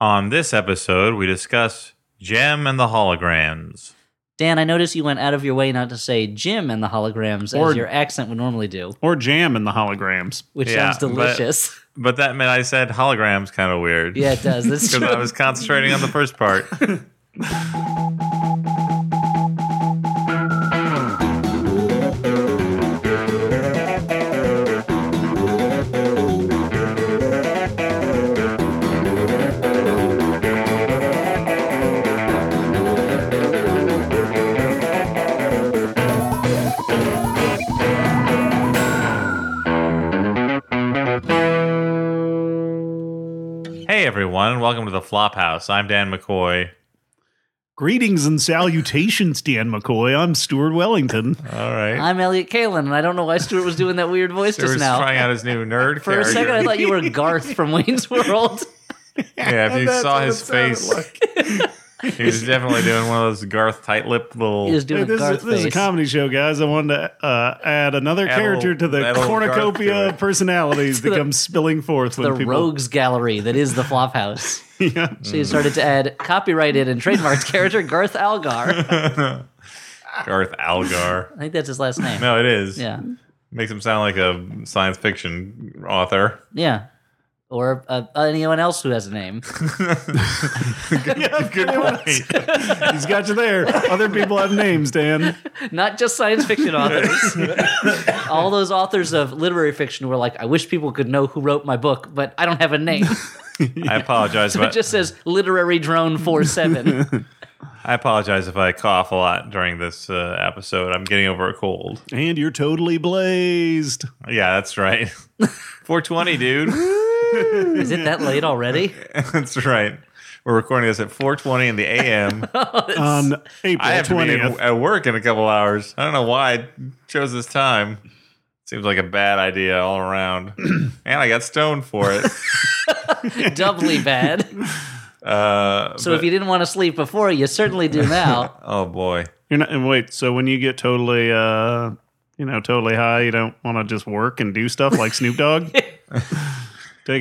On this episode, we discuss Jem and the holograms. Dan, I noticed you went out of your way not to say Jim and the holograms Or- as your accent would normally do, Or jam in the holograms. which Yeah, sounds but- delicious. But that meant I said holograms kind of weird. yeah, it does. That's Because true. I was concentrating on the first part. hey, everyone. Welcome to the Flophouse. I'm Dan McCoy. Greetings and salutations, Dan McCoy. I'm Stuart Wellington. All right. I'm Elliot Kalin, and I don't know why Stuart was doing that weird voice Stuart's just now. trying out his new nerd For a second, I thought you were Garth from Wayne's World. "Oh, yeah, if you That's saw what his it sounded face, he was definitely doing one of those Garth tight lip little. He was doing Hey, a this, Garth is, this is a face. comedy show, guys. I wanted to uh, add another Add a character little- to the add a little Garth to cornucopia it. of personalities that the- comes spilling forth when the people. rogues gallery that is the Flophouse. Yeah. Mm. So you started to add copyrighted and trademarked character Garth Algar. Garth Algar. I think that's his last name. No, it is. Yeah, Makes him sound like a science fiction author. yeah. Or uh, anyone else who has a name. yeah, good point. He's got you there. Other people have names, Dan. Not just science fiction authors. All those authors of literary fiction were like, I wish people could know who wrote my book, but I don't have a name. I apologize. It but just says literary drone 47. I apologize if I cough a lot during this uh, episode. I'm getting over a cold. And you're totally blazed. Yeah, that's right. 420, dude. Is it that late already? that's right. We're recording this at 420 in the a.m. On April I have to be 20th. at, at work in a couple hours. I don't know why I chose this time. Seems like a bad idea all around. and I got stoned for it. Doubly bad. Uh, So if you didn't want to sleep before, you certainly do now. oh, boy. You're not. And wait, so when you get totally, uh, you know, totally high, you don't want to just work and do stuff like Snoop Dogg. Take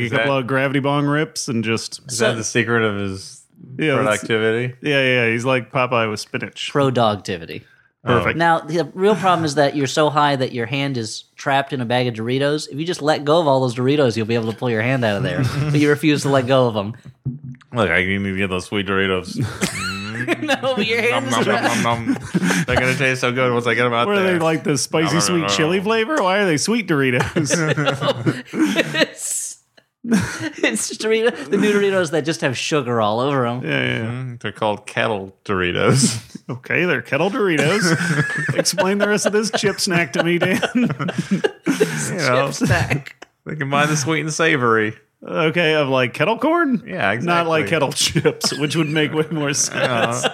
a couple that- of gravity bong rips and just Is that the secret of his yeah, that's- productivity? yeah, yeah. He's like Popeye with Oh. spinach. Pro dogtivity. Perfect. Now, the real problem is that you're so high that your hand is trapped in a bag of Doritos. If you just let go of all those Doritos, you'll be able to pull your hand out of there. but you refuse to let go of them. Look, I need to get those sweet Doritos. no, your Nom, hand nom, is nom, nom, nom. They're going to taste so good once I get them out What are there. they like the spicy sweet chili flavor? Why are they sweet Doritos? it's, it's Dorito, the new Doritos that just have sugar all over them. yeah, yeah. They're called kettle Doritos. Okay, they're kettle Doritos. Explain the rest of this chip snack to me, Dan. you know, Snack. they combine the sweet and savory. okay, of like kettle corn. Yeah, exactly. Oh, Not like kettle chips, which would make way more sense.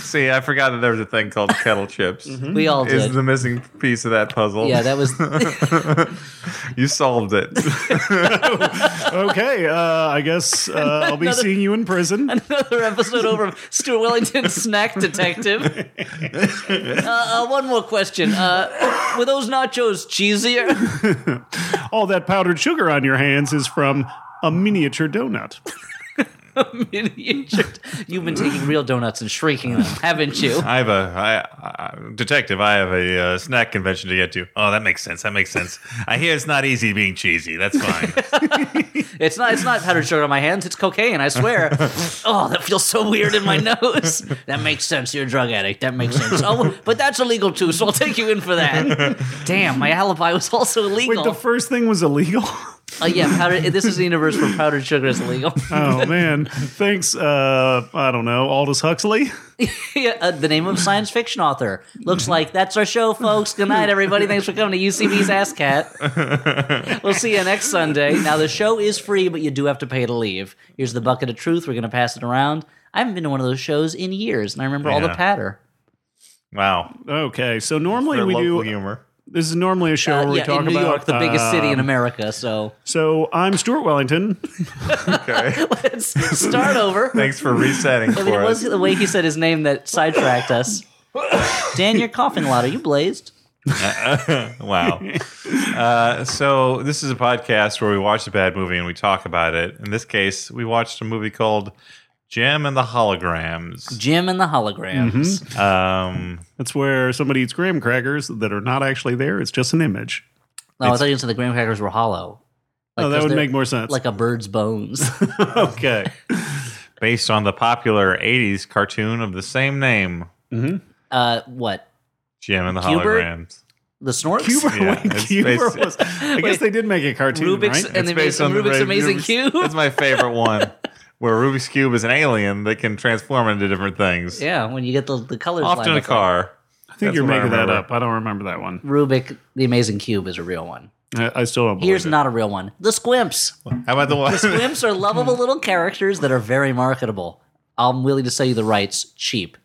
See, I forgot that there was a thing called kettle chips. Mm-hmm. We all Is did. the missing piece of that puzzle? yeah, that was you solved it. Okay, uh, I guess uh, I'll be seeing you in prison. another episode over of Stuart Wellington Snack Detective. Uh, uh, one more question. Uh, were those nachos cheesier? All that powdered sugar on your hands is from a miniature donut. You've been taking real donuts and shrinking them, haven't you? I have a I, I, detective. I have a uh, snack convention to get to. Oh, that makes sense. That makes sense. I hear it's not easy being cheesy. That's fine. It's not. It's not powdered sugar on my hands. It's cocaine. I swear. oh, that feels so weird in my nose. That makes sense. You're a drug addict. That makes sense. Oh, but that's illegal too. So I'll take you in for that. Damn, my alibi was also Wait, illegal. the first thing was illegal? Oh yeah, powdered, this is a universe where powdered sugar is illegal. Oh, man. Thanks, uh, I don't know, Aldous Huxley? Yeah, uh, the name of science fiction author. Looks like that's our show, folks. Good night, everybody. Thanks for coming to UCB's Ass Cat. We'll see you next Sunday. Now, the show is free, but you do have to pay to leave. Here's the bucket of truth. We're going to pass it around. I haven't been to one of those shows in years, and I remember all the Yeah. patter. Wow. Okay, so normally For we local do. humor. This is normally a show Uh, where we yeah, talk in New about. York, the biggest city in um, America. So So I'm Stuart Wellington. Okay. let's start over. Thanks for resetting I mean, for it was us. the way he said his name that sidetracked us. Dan, you're coughing a lot. Are you blazed? Wow. Uh, so this is a podcast where we watch a bad movie and we talk about it. In this case, we watched a movie called Jim and the Holograms. Jim and the Mm-hmm. holograms. Um, That's where somebody eats graham crackers that are not actually there. It's just an image. Oh, I thought you said the graham crackers were hollow. Like, oh, that 'cause would they're make more sense. like a bird's bones. okay. based on the popular '80s cartoon of the same name, uh, what? Jim and the Hubert? Holograms. The snorks? Cuba, Yeah, wait, it's Cuba based- was. I guess Wait. they did make a cartoon, Rubik's- right? And they made some Rubik's Amazing Cube. That's my favorite one, where Rubik's Cube is an alien that can transform into different things. Yeah, when you get the, the colors lined Often a up. car. I think That's you're what I making that remember. up. I don't remember that one. Rubik, the Amazing Cube, is a real one. I, I still don't believe Here's it. not a real one. The Squimps. How about the one? Squimps are lovable little characters that are very marketable. I'm willing to sell you the rights cheap.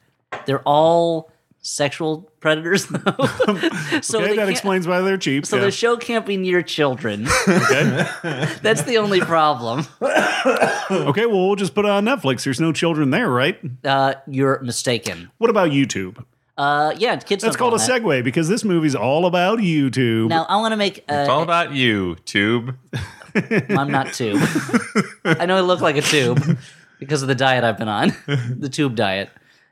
They're all sexual predators, though. so okay, they that can't- explains why they're cheap. so yeah. the show can't be near children. okay. That's the only problem. okay, well, we'll just put it on Netflix. There's no children there, right? Uh, you're mistaken. What about YouTube? Uh, yeah, kids. That's don't know called a that. segue because this movie's all about YouTube. Now I want to make. Uh, It's all about you, Tube. I'm not tube. I know I look like a tube because of the diet I've been on, the tube diet.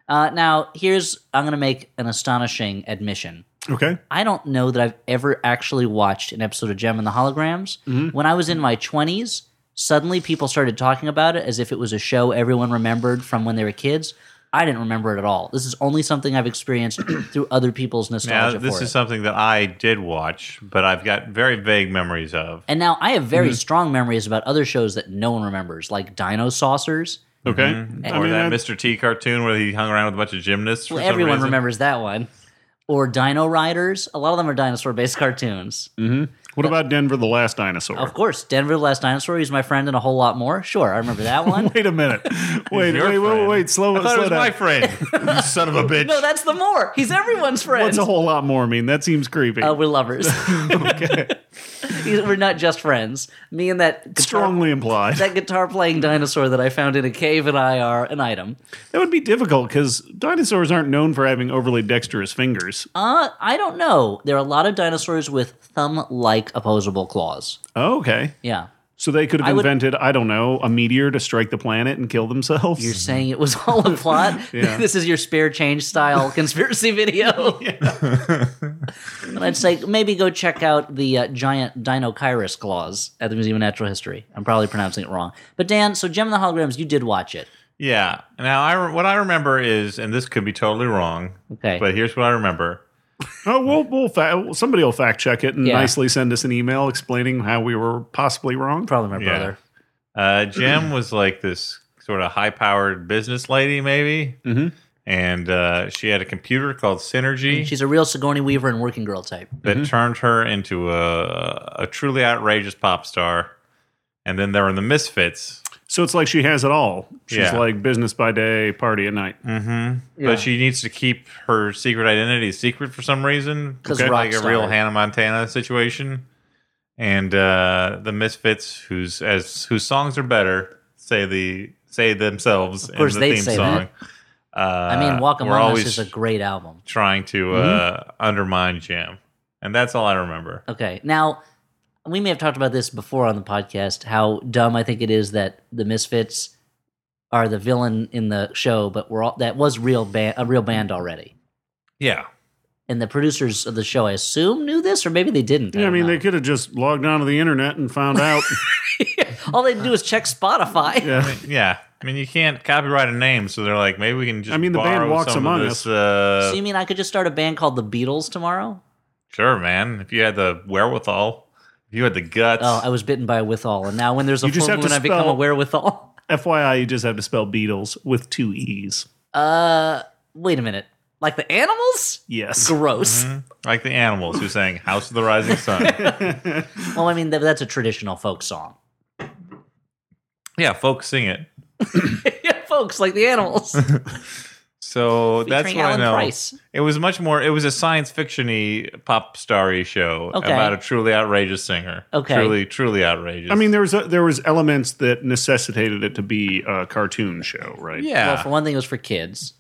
Uh, now here's I'm going to make an astonishing admission. okay. I don't know that I've ever actually watched an episode of Gem and the Holograms. Mm-hmm. When I was in my 20s, suddenly people started talking about it as if it was a show everyone remembered from when they were kids. I didn't remember it at all. This is only something I've experienced through other people's Now, nostalgia this for is it. something that I did watch, but I've got very vague memories of. and now I have Mm-hmm. very strong memories about other shows that no one remembers, like Dino Saucers. Okay. I or mean, that I- Mr. T cartoon where he hung around with a bunch of gymnasts. Well, for some everyone reason. remembers that one. Or Dino Riders. A lot of them are dinosaur based cartoons. What about Denver the Last Dinosaur? Of course, Denver the Last Dinosaur, he's my friend and a whole lot more. Sure, I remember that one. Wait a minute. Wait, your wait, wait, friend. wait. Slow, I thought it slow was my down. friend. you son of a bitch. no, that's the more. He's everyone's friend. What's a whole lot more mean? That seems creepy. Uh, we're lovers. okay. He's- we're not just friends. Me and that guitar, Strongly implied. that guitar playing dinosaur that I found in a cave and I are an item. That would be difficult because dinosaurs aren't known for having overly dexterous fingers. Uh, I don't know. There are a lot of dinosaurs with thumb like opposable claws. Oh, okay. Yeah. So they could have I would- invented, I don't know, a meteor to strike the planet and kill themselves. Mm-hmm. You're saying it was all a plot? Yeah. this is your spare change style conspiracy video. and I'd say maybe go check out the uh, giant Dinochirus claws at the Museum of Natural History. I'm probably pronouncing it wrong. But Dan, so Gem and the Holograms, you did watch it. Yeah. Now, I re- what I remember is, and this could be totally wrong, Okay. but here's what I remember. oh, we'll, we'll fa- somebody will fact check it and Yeah. nicely send us an email explaining how we were possibly wrong. probably my Yeah. brother. Uh, Jem was like this sort of high powered business lady, maybe. Mm-hmm. Mhm. And uh, she had a computer called Synergy She's a real Sigourney Weaver and working girl type. that turned her into a, a truly outrageous pop star. And then there were the Misfits. So it's like she has it all. She's Yeah. like business by day, party at night. Yeah. But she needs to keep her secret identity secret for some reason. 'Cause like rock a real star. Hannah Montana situation. And uh, the Misfits, whose as whose songs are better, say the say themselves in course the they'd theme say song. Uh, I mean, Walk we're Among Us always is a Mm-hmm. great album. trying to uh, undermine Jam, and that's all I remember. Okay. Now, we may have talked about this before on the podcast how dumb I think it is that the Misfits are the villain in the show, but we're all, that was real band, a real band already. Yeah, And the producers of the show, I assume, knew this, or maybe they didn't. Yeah, I don't mean, know. they could have just logged onto the internet and found out. all they do is check Spotify. yeah. yeah. I mean, you can't copyright a name, so they're like, maybe we can just. I mean, the band borrow Walks some Among of this, Us. Uh, So you mean I could just start a band called the Beatles tomorrow? Sure, man. If you had the wherewithal, if you had the guts, Oh, I was bitten by a withal, and now when there's a You just full have to moon, I become a spell- wherewithal. FYI, you just have to spell Beatles with two E's. Uh, wait a minute, like the animals? Yes. Mm-hmm. Gross. like the animals who sang "House of the Rising Sun." Well, I mean th- that's a traditional folk song. yeah, folks sing it. yeah, folks, like the animals. So that's Featuring what Alan I know. Price. It was much more. It was a science fiction-y, pop starry show Okay. about a truly outrageous singer. Okay. truly, truly outrageous. I mean, there was a, there was elements that necessitated it to be a cartoon show, right? yeah, Well, for one thing, it was for kids.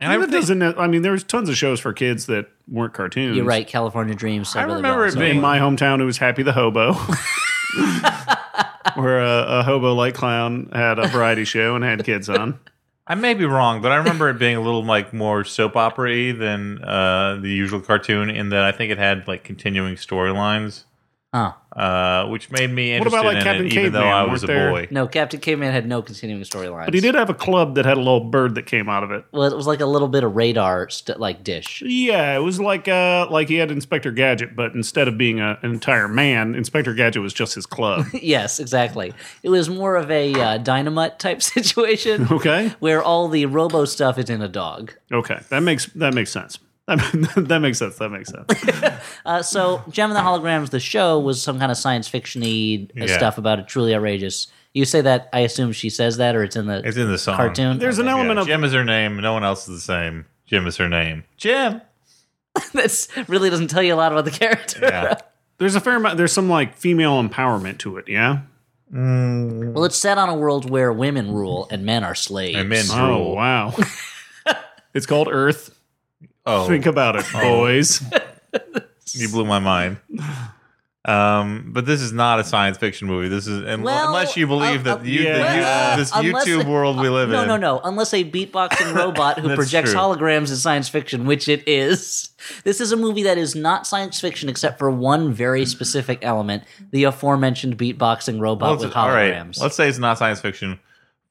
And I that think- doesn't. I mean, there's tons of shows for kids that weren't cartoons. You're right. California Dreams. I Said really remember well, it so- being In my hometown, it was Happy the Hobo, where uh, a, a hobo like clown had a variety show and had kids on. I may be wrong, but I remember it being a little like more soap opera than uh, the usual cartoon. In that I think it had like continuing storylines, Huh. uh, which made me What interested about, like, in Captain it, even though Caveman? I was Weren't a there- boy. No, Captain Caveman had no continuing storylines. But he did have a club that had a little bird that came out of it. Well, it was like a little bit of radar, st- like dish. Yeah, it was like uh, like he had Inspector Gadget, but instead of being a, an entire man, Inspector Gadget was just his club. yes, exactly. It was more of a uh, dynamite type situation Okay, where all the robo stuff is in a dog. okay, that makes that makes sense. that makes sense. That makes sense. Uh, so, Gem and the Holograms, the show, was some kind of science fiction-y uh, Yeah. stuff about it. Truly outrageous. You say that. I assume she says that, or it's in the It's in the song. cartoon. There's an Yeah, element of Jim is her name. No one else is the same. Jim is her name. Jim. That's really doesn't tell you a lot about the character. Yeah. there's a fair amount. There's some like female empowerment to it. Yeah. Well, it's set on a world where women rule and men are slaves. And men Oh drool. wow. it's called Earth. Oh, Think about it, boys. you blew my mind. Um, but this is not a science fiction movie. This is un- Well, unless you believe uh, that you, uh, the, you- yeah. this Unless- YouTube world we live No, in. no, no. Unless a beatboxing robot who That's projects true. holograms is science fiction, which it is. This is a movie that is not science fiction except for one very specific element the aforementioned beatboxing robot Let's- with all right, holograms. Let's say it's not science fiction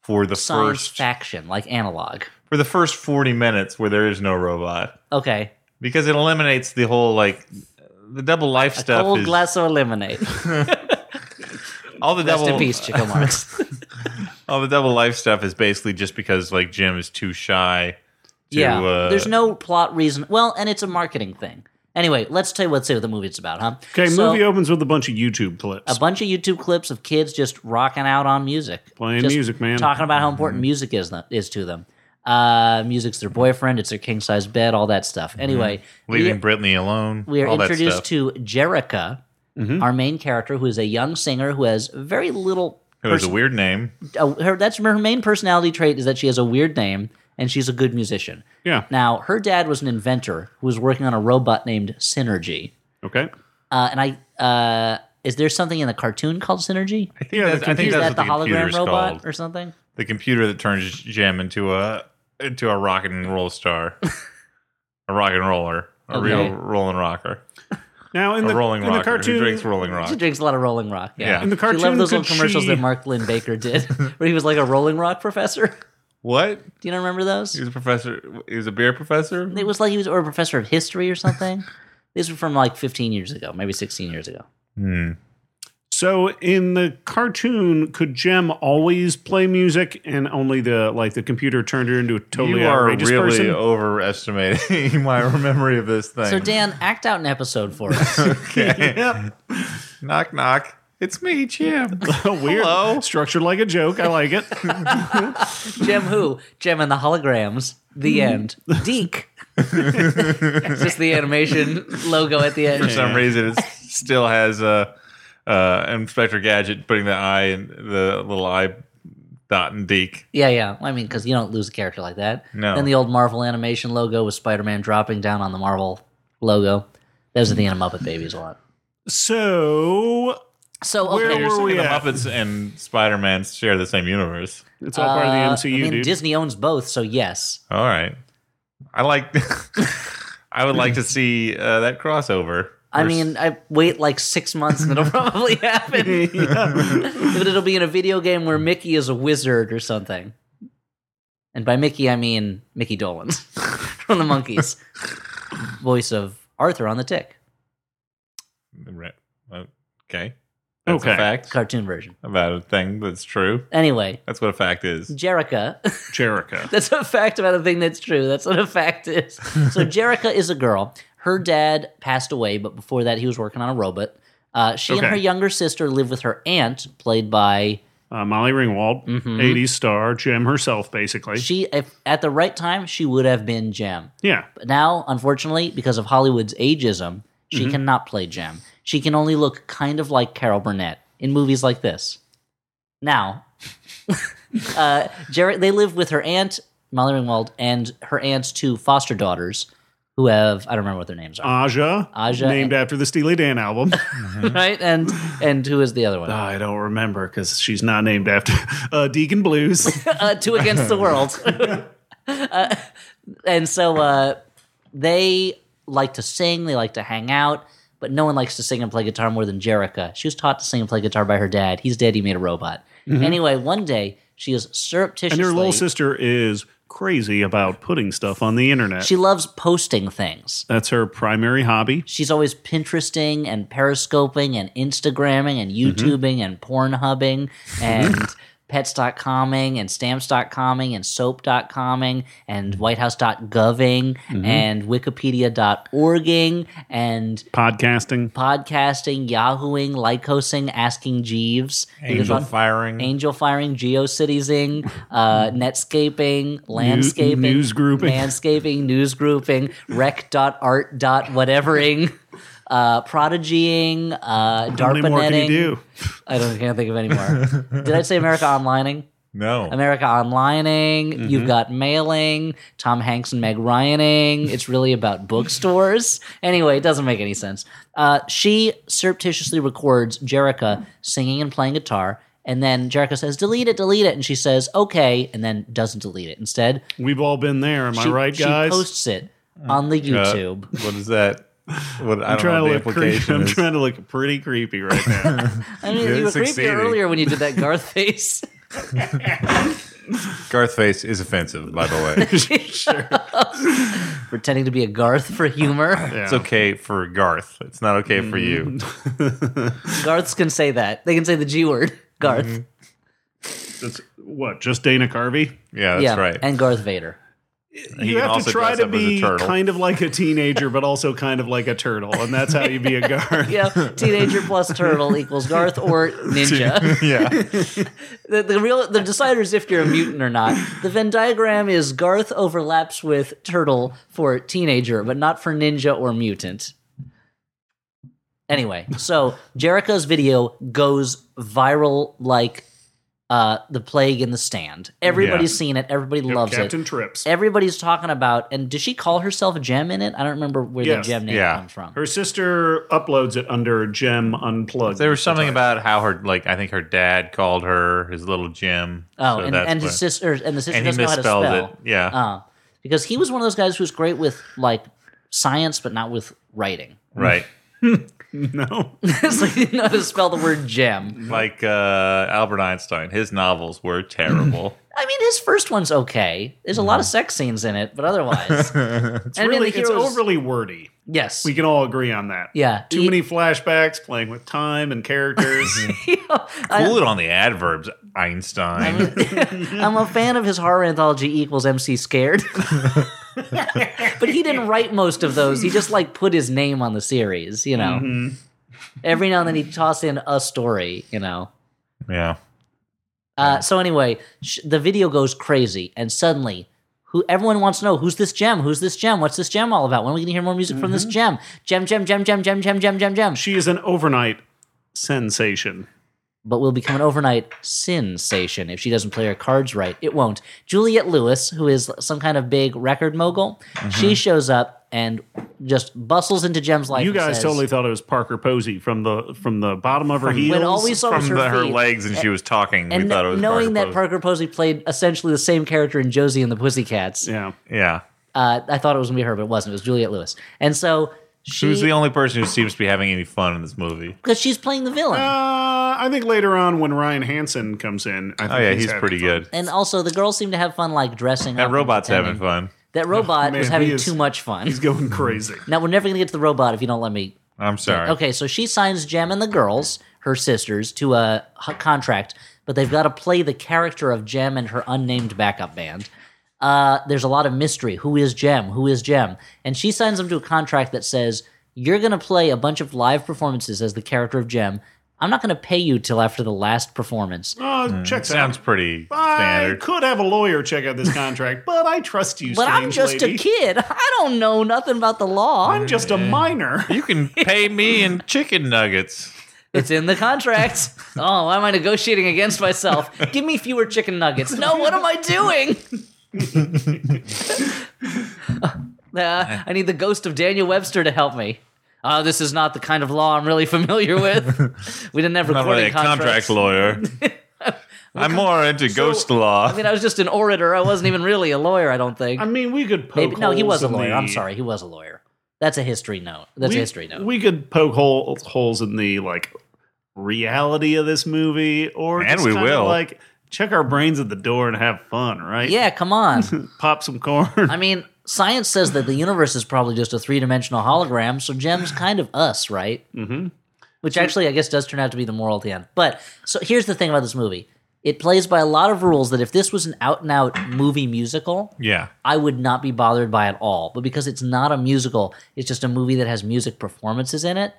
for the science first faction, like analog. for the first 40 minutes where there is no robot Okay. because it eliminates the whole like the double life stuff Cold is glass or lemonade. all the Rest double in peace, Chico Marx. all the double life stuff is basically just because like Jim is too shy to yeah. uh, There's no plot reason. Well, and it's a marketing thing. Anyway, let's tell you what, see what the movie's about, huh? Okay, So- movie opens with a bunch of YouTube clips. a bunch of YouTube clips of kids just rocking out on music, Playing Just music, man. talking about how important music is th- is to them. Uh, music's their boyfriend, it's their king size bed, all that stuff. Anyway, we leaving are, Brittany alone. we are all that introduced stuff. to Jerica, our main character, who is a young singer who has very little. It was a weird name. Uh, her that's her main personality trait is that she has a weird name and she's a good musician. yeah. Now, her dad was an inventor who was working on a robot named Synergy. Okay. Uh, and I uh, is there something in the cartoon called Synergy? I think Yeah, that's, the I think Is that's that the, what the, hologram computer's robot called. or something? The computer that turns Jim into a into a rock and roll star, a rock and roller, a Okay. real rolling rocker, Now in a the rolling in the rocker cartoon, who drinks rolling rock. She drinks a lot of Rolling Rock. Yeah. Yeah. In the she loved cartoon, those little could commercials she- that Mark Lynn Baker did, where he was like a Rolling Rock professor. What? Do you not remember He those? was a professor. He was a beer professor. It was like he was or a professor of history or something. These were from like 15 years ago, maybe 16 years ago. Hmm. so in the cartoon, could Jem always play music and only the like the computer turned her into a totally you are outrageous really person? overestimating my memory of this thing. So Dan, act out an episode for us. okay. yeah. knock knock. It's me, Jim. Weird. Hello? Structured like a joke. I like it. Jem who? Jem and the holograms. The end. Deke. it's just the animation logo at the For end. some reason, it still has uh, uh, Inspector Gadget putting the eye and the little eye dot and deek. Yeah, yeah. I mean, because you don't lose a character like that. No. Then the old Marvel animation logo with Spider-Man dropping down on the Marvel logo. Those are the Muppet Babies a lot. So So Where okay, were so- we the at? Muppets and Spider Man share the same universe. it's all part of uh, the MCU, I mean, dude. Disney owns both, so yes. All right. I like. I would like to see uh, that crossover. I mean, I wait like six months and it'll probably happen. but it'll be in a video game where Mickey is a wizard or something. And by Mickey, I mean Mickey Dolan from the Monkeys, voice of Arthur on the Tick, Re- okay. That's Okay. a fact cartoon version. about a thing that's true. Anyway, That's what a fact is. Jerica. Jericho. That's a fact about a thing that's true. That's what a fact is. So Jerica is a girl. Her dad passed away, but before that, he was working on a robot. Uh, she and Okay. her younger sister live with her aunt, played by Uh, Molly Ringwald, Mm-hmm. 80s star, Jem herself, basically. she. If at the right time, she would have been Jem. yeah. But now, unfortunately, because of Hollywood's ageism, she cannot play Jem. She can only look kind of like Carol Burnett in movies like this. Now, uh, Jer- they live with her aunt, Molly Ringwald, and her aunt's two foster daughters, who have I don't remember what their names are, Aja, Aja. named after the Steely Dan album. right? And and who is the other one? I don't remember because she's not named after uh, Deacon Blues. uh, two against the world. uh, and so uh, they like to sing, they like to hang out, but no one likes to sing and play guitar more than Jerrica. She was taught to sing and play guitar by her dad. He's dead, he made a robot. Anyway, one day she is surreptitiously. Mm-hmm. and her little sister is crazy about putting stuff on the internet. she loves posting things. That's her primary hobby. She's always Pinteresting and Periscoping and Instagramming and YouTubing and Pornhubbing and Pets.comming and Stamps.comming and Soap.comming and WhiteHouse.goving and Wikipedia.orging and Podcasting. podcasting, Yahooing, Lycosing, Asking Jeeves, Angel Angel, firing. angel firing, geocitiesing, uh, netscaping, landscaping, news grouping. manscaping, news grouping, rec.art. whatevering, uh, prodigying, uh, How many DARPA more can you netting. do? I don't can't think of any more. Did I say America Onlining? No. America Onlining. Mm-hmm. You've got mailing. Tom Hanks and Meg Ryaning. It's really about bookstores. Anyway, it doesn't make any sense. Uh, she surreptitiously records Jerrica singing and playing guitar. And then Jerrica says, delete it, delete it. And she says, okay, and then doesn't delete it. Instead, We've all been there. Am she, I right, she guys? Hmm. posts it on the Uh, YouTube. what is that? What, I I'm don't trying know to the look creepy. implication I'm is. trying to look pretty creepy right now. I mean, you were creepy succeeding. earlier when you did that Garth face. Garth face is offensive, by the way. Pretending to be a Garth for humor. Yeah. It's okay for Garth. It's not okay for you. Mm. Garths can say that. They can say the G word. Garth. Mm-hmm. That's what? Just Dana Carvey. Yeah, that's yeah. right. And Garth Vader. He you can have also to try dress to up as a be turtle. kind of like a teenager, but also kind of like a turtle, and that's how you be a guard. yeah, teenager plus turtle equals Garth or ninja. yeah. The, the real the decider is if you're a mutant or not. The Venn diagram is Garth overlaps with turtle for teenager, but not for ninja or mutant. Anyway, so Jerica's video goes viral like uh, the plague in the stand. Everybody's seen it. Everybody loves Captain it. Trips. Everybody's talking about. And does she call herself Gem in it? I don't remember where Yes. the Gem name Yeah. comes from. Her sister uploads it under Gem Unplugged. There was something about how her, like, I think her dad called her his little Jim. Oh, So and, that's and what- his sister and the sister and he doesn't know how to misspelled spell. it. Yeah. Oh. Uh, because he was one of those guys who's great with like science, but not with writing. right. no. it's like he didn't know how to spell the word gem. Like uh, Albert Einstein, his novels were terrible. I mean, his first one's okay. There's a lot of sex scenes in it, but otherwise, it's and I mean, Mm-hmm. Really, the it's heroes- overly wordy. Yes, We can all agree on that. yeah. Too he- many flashbacks, playing with time and characters. I- Cool it on the adverbs, Einstein. I'm a fan of his horror anthology equals MC Scared. but he didn't write most of those. He just like put his name on the series, you know. Mm-hmm. Every now and then he'd toss in a story, you know. yeah. Uh, so anyway, sh- the video goes crazy, and suddenly, who everyone wants to know who's this gem? Who's this gem? What's this gem all about? When are we going to hear more music from this Mm-hmm. gem? Gem, gem, gem, gem, gem, gem, gem, gem, gem. she is an overnight sensation. But will become an overnight sensation if she doesn't play her cards right. It won't. Juliet Lewis, who is some kind of big record mogul, she Mm-hmm. shows up and just bustles into Gem's life. You and guys says, totally thought it was Parker Posey from the from the bottom of her heels. when all we saw was From her, the, her feet. legs, and she was talking. we and thought it was knowing Parker that Posey. Parker Posey played essentially the same character in Josie and the Pussycats, yeah. Yeah. uh, I thought it was gonna be her, but it wasn't. It was Juliet Lewis, and so Who's the she only person who seems to be having any fun in this movie? because she's playing the villain, Uh, I think later on when Ryan Hansen comes in, I think Oh yeah, he's, having pretty fun. good. and also the girls seem to have fun like dressing. up That and robot's having pretending. fun. That robot man, was having he is- too much fun. He's going crazy. Now we're never gonna get to the robot if you don't let me. I'm sorry. Okay, so she signs Jem and the girls, her sisters, to a h- contract, but they've got to play the character of Jem and her unnamed backup band. Uh, there's a lot of mystery. Who is Jem? Who is Jem? And she signs them to a contract that says you're going to play a bunch of live performances as the character of Jem. I'm not going to pay you till after the last performance. Uh, checks Mm, Sounds out. pretty I standard. could have a lawyer check out this contract, but I trust you. But I'm strange just lady. a kid. I don't know nothing about the law. I'm just a minor. You can pay me in chicken nuggets. It's in the contract. Oh, why am I negotiating against myself? Give me fewer chicken nuggets. No, what am I doing? Uh, I need the ghost of Daniel Webster to help me. Uh, this is not the kind of law I'm really familiar with. We didn't have I'm recording not really a contracts. contract lawyer. I'm more into ghost law. I mean, I was just an orator. I wasn't even really a lawyer. I don't think. I mean, we could poke. Maybe, no, he was holes a in lawyer. the- I'm sorry, he was a lawyer. That's a history note. That's we, a history note. We could poke hole, holes in the like reality of this movie, or And just we kinda, will. like check our brains at the door and have fun, right? yeah, come on. pop some corn. I mean, science says that the universe is probably just a three dimensional hologram, so Gem's kind of us, right? Mm-hmm. Which actually, I guess, does turn out to be the moral at the end. But so here's the thing about this movie it plays by a lot of rules that if this was an out and out movie musical, yeah. I would not be bothered by at all. But because it's not a musical, it's just a movie that has music performances in it.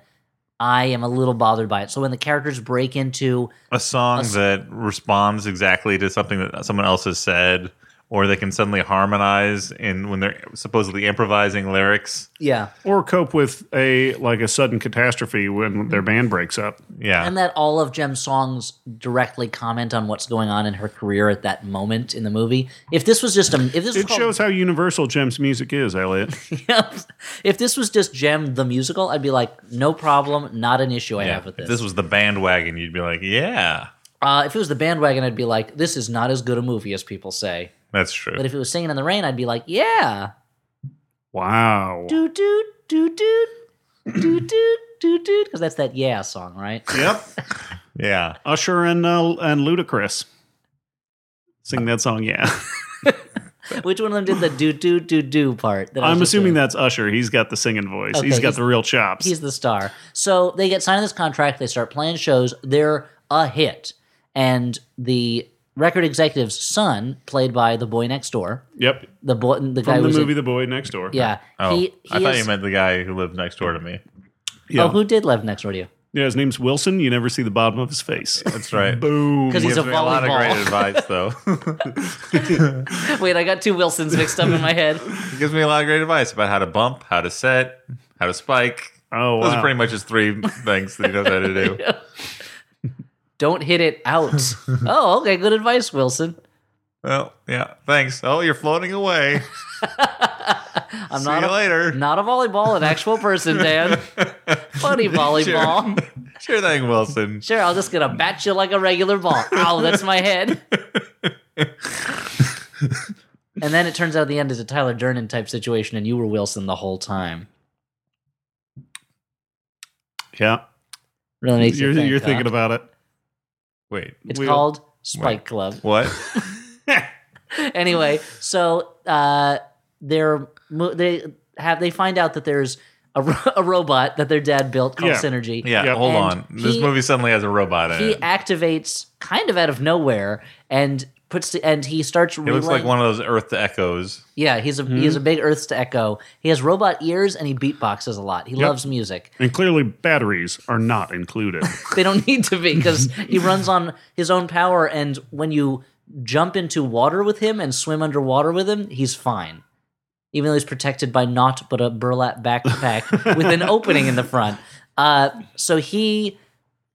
I am a little bothered by it. So when the characters break into A song that responds exactly to something that someone else has said, or they can suddenly harmonize in when they're supposedly improvising lyrics. yeah, or cope with a like a sudden catastrophe when their band breaks up. Yeah. and that all of Jem's songs directly comment on what's going on in her career at that moment in the movie. If this was just a, if this was It called, shows how universal Jim's music is, Elliot. if this was just Jem the musical, I'd be like, no problem, not an issue I yeah. have with If this. this was the bandwagon, you'd be like, yeah, uh, if it was the bandwagon, I'd be like, this is not as good a movie as people say. that's true. But if it was Singing in the Rain, I'd be like, yeah, Wow. do do do do do do do do, because that's that yeah song, right? Yep. yeah. Usher and uh, and Ludacris sing that song. Yeah, Which one of them did the do do do do part? that I was I'm just assuming doing? that's Usher. He's got the singing voice. Okay, he's got he's- the real chops. He's the star. So they get signed to this contract. They start playing shows. They're a hit. And the record executive's son, played by the boy next door, yep, the boy, the guy from the who's movie The Boy Next Door. yeah, Oh, he, I he thought is- you meant the guy who lived next door to me. yeah. Oh, who did live next door to you? Yeah, his name's Wilson. You never see the bottom of his face. That's right. Boom. 'Cause he's Gives a me a lot of volleyball. great advice, though. Wait, I got two Wilsons mixed up in my head. he gives me a lot of great advice about how to bump, how to set, how to spike. Oh, Those wow. are pretty much his three things that he knows how to do. Don't hit it out. oh, okay, good advice, Wilson. Well, yeah. Thanks. Oh, you're floating away. I'm See not you a, later. not a volleyball, an actual person, Dan. Funny volleyball. Sure. Sure thing, Wilson. I'll just gonna bat you like a regular ball. Ow, that's my head. and then it turns out the end is a Tyler Durden type situation, and you were Wilson the whole time. yeah. Really makes You're, you think. you're huh? thinking about it. Wait, it's we- called Spike Wait. Club. what? anyway, so uh, they're mo- they have they find out that there's a, ro- a robot that their dad built called Yeah. Synergy. Yeah, Yeah. hold And on. this he- movie suddenly has a robot in He it. activates kind of out of nowhere and puts the, and he starts. It looks like one of those Earth to Echoes. Yeah, he's a he has a big Earths to Echo. He has robot ears and he beatboxes a lot. He loves music. And clearly, batteries are not included. They don't need to be because he runs on his own power. And when you jump into water with him and swim underwater with him, he's fine. Even though he's protected by naught but a burlap backpack with an opening in the front. Uh, so he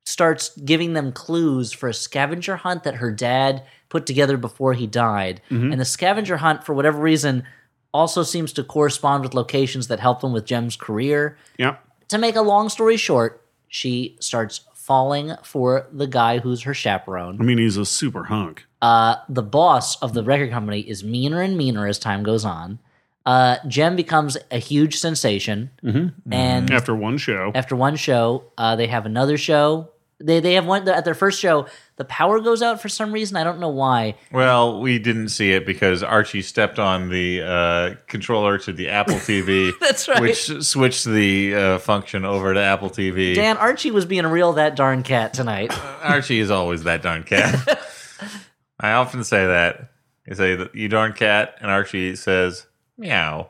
starts giving them clues for a scavenger hunt that her dad put together before he died. And the scavenger hunt, for whatever reason, also seems to correspond with locations that help them with Jem's career yeah. to make a long story short, she starts falling for the guy who's her chaperone. I mean, he's a super hunk. Uh, the boss of the record company is meaner and meaner as time goes on. Uh, Jem becomes a huge sensation, Mm-hmm. and After one show, after one show, uh, they have another show. They they have one at their first show. The power goes out for some reason. I don't know why. Well, we didn't see it because Archie stepped on the uh, controller to the Apple TV. That's right. Which switched the uh, function over to Apple TV. Dan Archie was being a real that darn cat tonight. Archie is always that darn cat. I often say that. I say that you darn cat, and Archie says meow.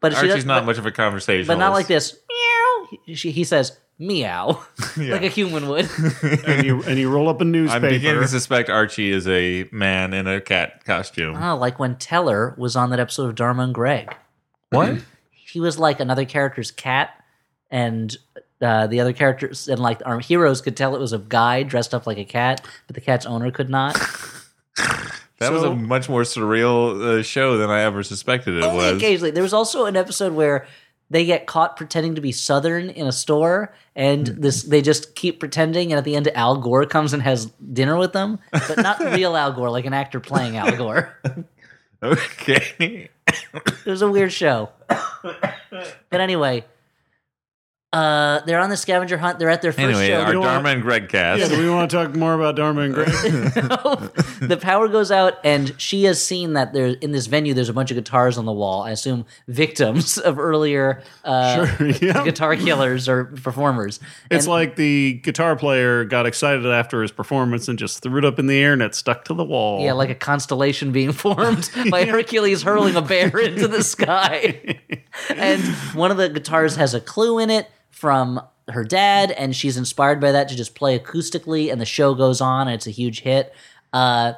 But she Archie's does- not much of a conversationalist. but not like this. Meow. He- She, he says meow, like a human would. and you and you roll up a I'm beginning newspaper. to suspect Archie is a man in a cat Uh, costume. Oh, like when Teller was on that episode of Dharma and Greg. What? He was like another character's cat, and uh, the other characters and like our heroes could tell it was a guy dressed up like a cat, but the cat's owner could not. That was So- Oh, a much more surreal uh, show than I ever suspected it Only was. occasionally. There was also an episode where they get caught pretending to be Southern in a store, and Mm. this they just keep pretending. And at the end, Al Gore comes and has dinner with them, but not real Al Gore, like an actor playing Al Gore. Okay. It was a weird show. but anyway, uh, they're on the scavenger hunt. They're at their first Anyway, show. our You know Dharma what? and Greg Yeah, cast. do we want to talk more about Dharma and Greg? the power goes out, and she has seen that there in this venue. There's a bunch of guitars on the wall. I assume victims of earlier uh, Sure, yeah. guitar killers or performers. It's And- like the guitar player got excited after his performance and just threw it up in the air and it stuck to the wall. yeah, like a constellation being formed by Hercules hurling a bear into the sky. and one of the guitars has a clue in it from her dad, and she's inspired by that to just play acoustically. And the show goes on, and it's a huge hit. Uh,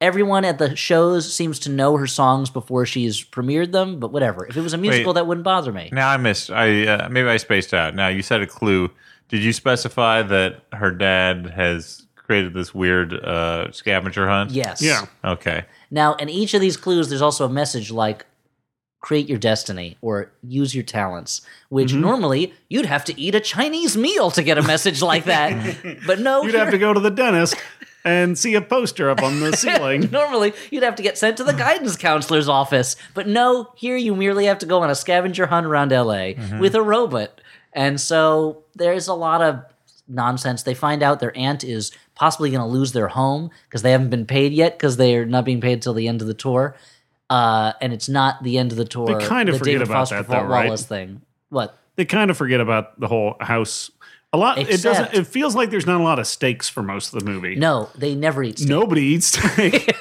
everyone at the shows seems to know her songs before she's premiered them, but whatever. If it was a musical, that wouldn't bother me. Now I missed. I uh, maybe I spaced out. Now you said a clue. Did you specify that her dad has created this weird uh, scavenger hunt? Yes. Yeah. Okay. Now, in each of these clues, there's also a message like create your destiny or use your talents, which Mm-hmm. normally you'd have to eat a Chinese meal to get a message like that. but no, You'd have to go to the dentist and see a poster up on the ceiling. normally you'd have to get sent to the guidance counselor's office. But no, here you merely have to go on a scavenger hunt around LA Mm-hmm. with a robot. And so there's a lot of nonsense. They find out their aunt is possibly going to lose their home because they haven't been paid yet because they're not being paid till the end of the tour. Uh, and it's not the end of the tour. They kind of the forget David about Foster that, though, right? Wallace thing. What? They kind of forget about the whole house. A lot. it Except- doesn't. It feels like there's not a lot of stakes for most of the movie. No, they never eat steak. Nobody eats steak.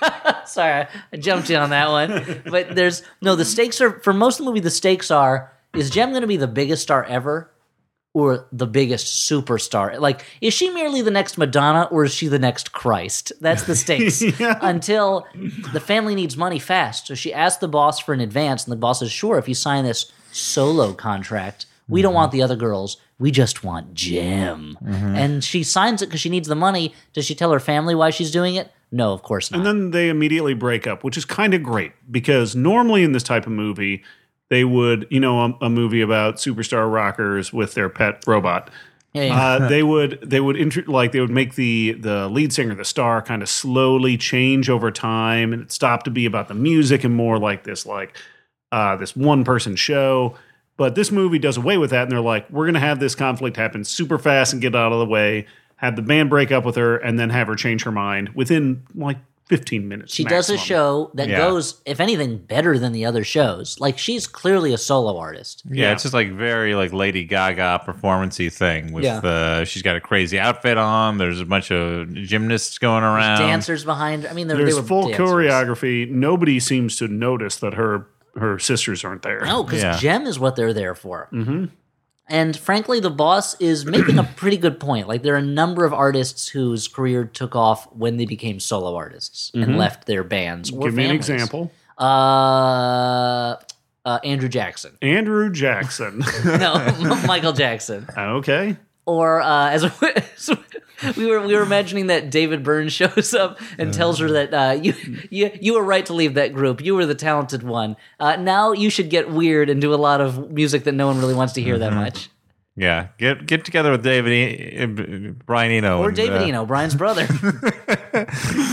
Sorry, I jumped in on that one. But there's no the stakes are for most of the movie. The stakes are: is Jem going to be the biggest star ever, or the biggest superstar? Like, is she merely the next Madonna, or is she the next Christ? That's the stakes. Until the family needs money fast, so she asked the boss for an advance, and the boss says, "Sure, if you sign this solo contract." We don't want the other girls. We just want Jim. And she signs it because she needs the money. Does she tell her family why she's doing it? No, of course not. and then they immediately break up, which is kind of great because normally in this type of movie, they would, you know, a, a movie about superstar rockers with their pet robot. Yeah, yeah. Uh, they would they would intro like they would make the the lead singer the star kind of slowly change over time and it stopped to be about the music and more like this like uh, this one person show but this movie does away with that and they're like we're gonna have this conflict happen super fast and get it out of the way have the band break up with her and then have her change her mind within like 15 minutes She does a maximum. show that Yeah. goes, if anything, better than the other shows. Like she's clearly a solo artist. Yeah, it's just like very like Lady Gaga performancey thing with Yeah. uh she's got a crazy outfit on. There's a bunch of gymnasts going around. Dancers behind. I mean, they, Um, there's they were full dancers. choreography nobody seems to notice that her her sisters aren't there No, because Yeah. Gem is what they're there for. Mm-hmm. And frankly, the boss is making a pretty good point. Like there are a number of artists whose career took off when they became solo artists and left their bands. Or Mm-hmm. give me an families. example Uh, uh, Andrew Jackson. andrew jackson No, Michael Jackson. Okay. or uh, as so we were we were imagining that David Byrne shows up and tells Uh-huh. her that uh, you you you were right to leave that group. You were the talented one. Uh, now you should get weird and do a lot of music that no one really wants to hear Uh-huh. that much. Yeah, get get together with David e- Brian Eno Or and, David uh, Eno, Brian's brother,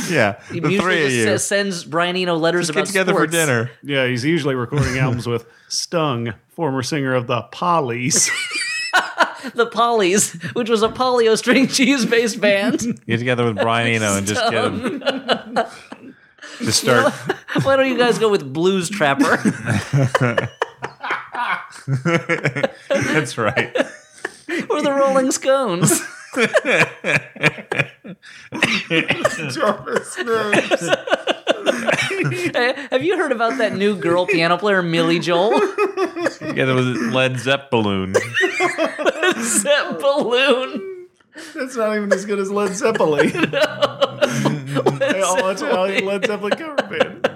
Yeah, he the usually three of just you s- sends Brian Eno letters about get together sports. for dinner. Yeah, he's usually recording albums with Stung, former singer of the Pollies. The Pollies, which was a polio string cheese based band. Get together with Brian Eno and just get him. Just start. Why don't you guys go with Blues Trapper? That's right. or the Rolling Scones. Eh, Have you heard about that new girl piano player, Millie Joel? Together with Led Zeppelin. That Oh. balloon. That's not even as good as Led Zeppelin. All Italian Led Zeppelin cover band.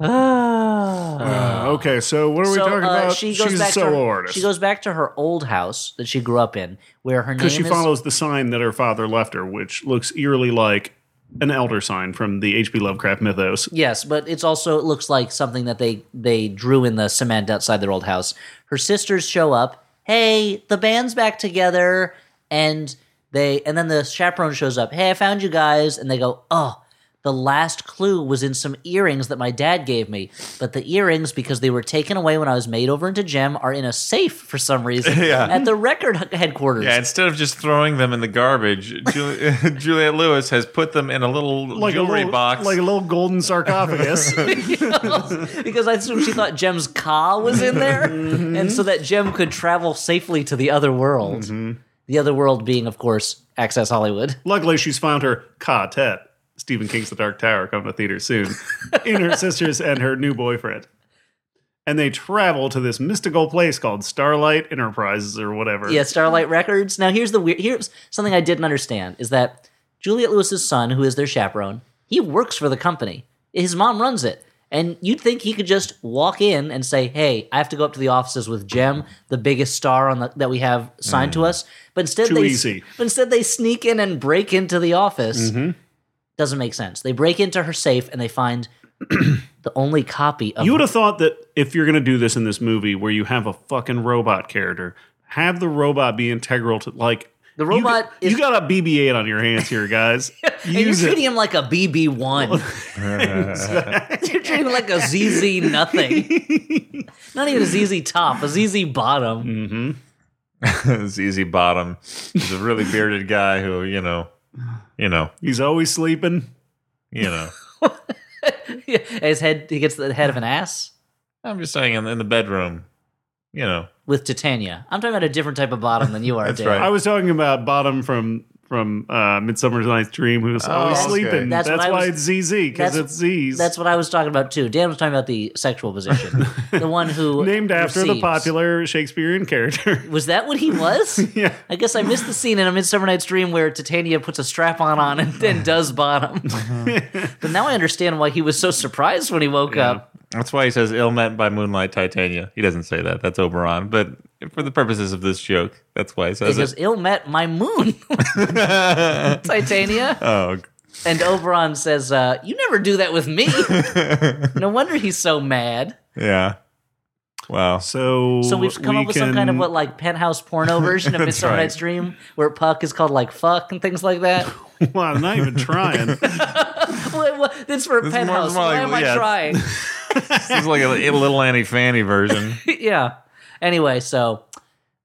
Uh, okay, so what are we so talking uh, about? she goes She's back a solo to her, artist. she goes back to her old house that she grew up in, where her name because she is follows the sign that her father left her, which looks eerily like an elder sign from the H.P. Lovecraft mythos. Yes, but it's also it looks like something that they they drew in the cement outside their old house. Her sisters show up. Hey, the band's back together, and they and then the chaperone shows up. Hey, I found you guys, and they go, oh. The last clue was in some earrings that my dad gave me, but the earrings, because they were taken away when I was made over into Gem, are in a safe for some reason Yeah. at the record headquarters. Yeah, instead of just throwing them in the garbage, Jul- Juliette Lewis has put them in a little jewelry little, box. like a little golden sarcophagus. because I assume she thought Jem's car was in there, and so that Jem could travel safely to the other world. The other world being, of course, Access Hollywood. Luckily, she's found her quartet, Stephen King's The Dark Tower, coming to theater soon, in her sisters and her new boyfriend. And they travel to this mystical place called Starlight Enterprises or whatever. Yeah, Starlight Records. Now, here's the weird. Here's something I didn't understand: is that Juliet Lewis's son, who is their chaperone, he works for the company. His mom runs it. And you'd think he could just walk in and say, "Hey, I have to go up to the offices with Jem, the biggest star on the, that we have signed to us." But instead, Mm. Too they easy. Mm-hmm. But instead, they sneak in and break into the office. Doesn't make sense. They break into her safe and they find the only copy of You would have thought that if you're going to do this in this movie where you have a fucking robot character, have the robot be integral to, like, The you robot g- you, is- got a BB 8 on your hands here, guys. And you're Use it. treating him like a BB one. you're treating him like a ZZ nothing. Not even a ZZ top, a ZZ Mm. bottom. Mm-hmm. ZZ Bottom is a really bearded guy who, you know, you know, He's always sleeping. you know. Yeah, His head, he gets the head of an ass I'm just saying in, in the bedroom, you know. with Titania. I'm talking about a different type of bottom than you are, That's Dave. right. I was talking about Bottom from from uh, Midsummer Night's Dream, who's always okay. sleeping. Oh, That's That's, what I why was- it's ZZ because that's- it's Z's. That's what I was talking about too. Dan was talking about the sexual position, the one who named after the receives. popular Shakespearean character. Was that what he was? yeah, I guess I missed the scene in A Midsummer Night's Dream where Titania puts a strap on on and then does bottom. but now I understand why he was so surprised when he woke up. That's why he says ill met by moonlight Titania. He doesn't say that. That's Oberon. But for the purposes of this joke, that's why he says Because it. ill met my moon, Titania. Oh, And Oberon says, uh, You never do that with me. no wonder he's so mad. yeah. Wow. so So we've come we up with some kind of what, like, penthouse porno version of Midsummer right. Night's Dream where Puck is called, like, fuck and things like that. Well, I'm not even trying. Well, well, That's for is more- penthouse. more Why like- am I yeah. trying? This is like a, a little Annie Fanny version. yeah. Anyway, so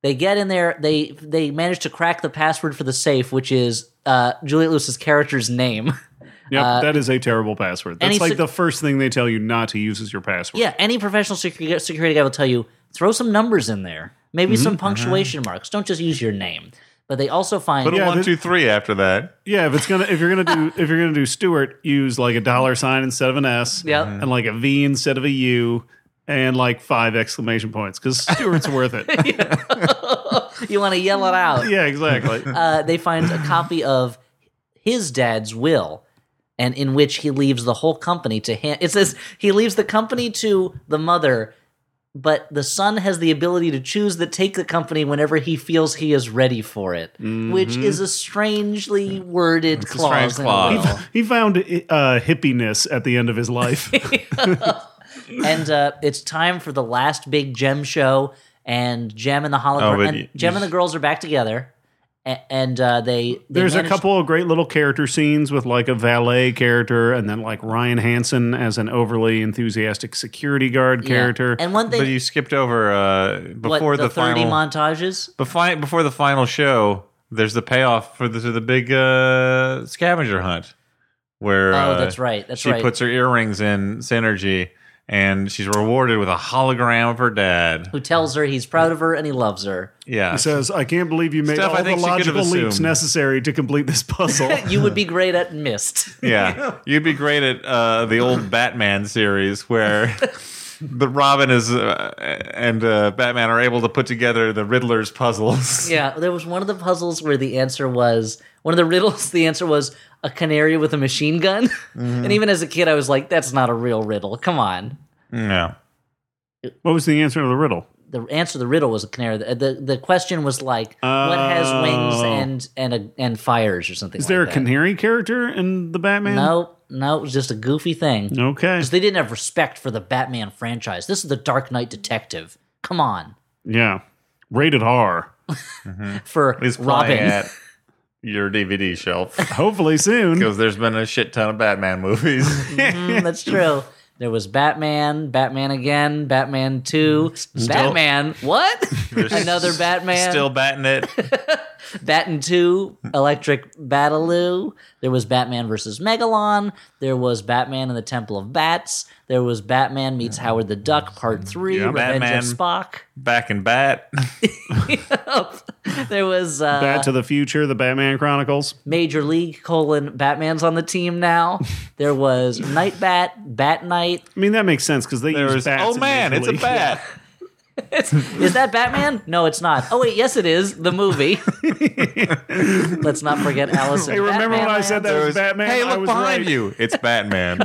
they get in there. They they manage to crack the password for the safe, which is uh, Juliet Lewis's character's name. Yep, that is a terrible password. Uh, any That's like se- the first thing they tell you not to use as your password. yeah, any professional secu- security guy will tell you throw some numbers in there, maybe some punctuation marks. Don't just use your name. But they also Put find a Yeah, one, this- two, three after that. Yeah, if it's gonna if you're gonna do if you're gonna do Stewart, use like a dollar sign instead of an S. Yep. and like a V instead of a U, and like five exclamation points because Stewart's worth it. you want to yell it out. Yeah, exactly. uh, they find a copy of his dad's will, and in which he leaves the whole company to him. It says he leaves the company to the mother, but the son has the ability to choose to take the company whenever he feels he is ready for it, which is a strangely worded a clause. strange clause. in a will. He found uh, hippiness at the end of his life. and uh, it's time for the last big gem show, and Gem and the Oh, hologram, but and you- Gem and the girls are back together, and, and uh, they, they There's a manage- couple of great little character scenes with like a valet character and then like Ryan Hansen as an overly enthusiastic security guard Yeah. character. and one thing But you skipped over uh, what, before the, 30 final montages befi- before the final show. There's the payoff for the, to the big uh, scavenger hunt, where oh uh, that's right that's she right puts her earrings in Synergy, and she's rewarded with a hologram of her dad. who tells her he's proud of her and he loves her Yeah, he says, I can't believe you made Steph, I all the think she could have logical leaps assumed. necessary to complete this puzzle. you would be great at mist yeah. You'd be great at uh, the old Batman series where. The Robin is uh, and uh, Batman are able to put together the Riddler's puzzles. yeah there was one of the puzzles where the answer was one of the riddles the answer was a canary with a machine gun Mm-hmm. and even as a kid i was like that's not a real riddle come on Yeah. what was the answer to the riddle? the answer to the riddle was a canary. The the, the question was like what has wings and and a, and fires or something. Oh. Is there a like that. canary character in the Batman? No, no, it was just a goofy thing. Okay. Because they didn't have respect for the Batman franchise. This is the Dark Knight Detective. Come on, Yeah. Rated R. for He's Robin. playing at your DVD shelf Hopefully soon. because there's been a shit ton of Batman movies. Mm, that's true. There was Batman, Batman again, Batman Two, Batman. What? There's Another s- Batman. Still batting it. Batten Two, Electric Bataloo. There was Batman versus Megalon. There was Batman and the Temple of Bats. There was Batman meets Howard the Duck Part Three, Yeah. Revenge Batman. of Spock. Back and bat. There was uh, Bat to the Future, the Batman Chronicles. Major League colon Batman's on the team now. There was Night Bat, Bat Knight. I mean, that makes sense because they There use was, bats. oh in man, it's Major a League. bat. Is that Batman? No, it's not. Oh wait, yes, it is the movie. Let's not forget Allison. Hey, remember when I said that There was, was, Batman? hey, I look was behind right. you. It's Batman.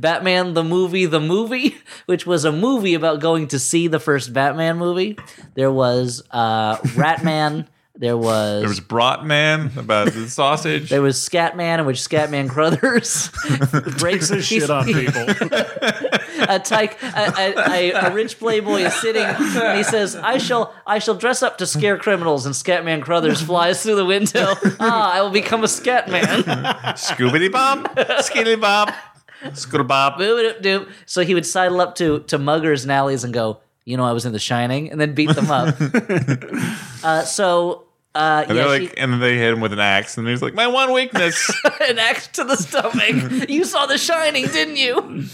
Batman the movie, the movie, which was a movie about going to see the first Batman movie. There was uh, Ratman. There was. there was Bratman about the sausage. there was Scatman, in which Scatman Crothers breaks This shit on people. a tyke, a, a, a, a rich playboy is sitting, and he says, "I shall, I shall dress up to scare criminals." And Scatman Crothers flies through the window. Ah, I will become a Scatman. Scoobity bop, skitty bop, scooter bop. Boo-ba-doop-doop. so he would sidle up to to muggers and alleys and go, "You know, I was in The Shining," and then beat them up. uh, so. Uh, And yeah, they're she- like, and they hit him with an axe, and he's like, "My one weakness." an axe to the stomach. You saw The Shining, didn't you?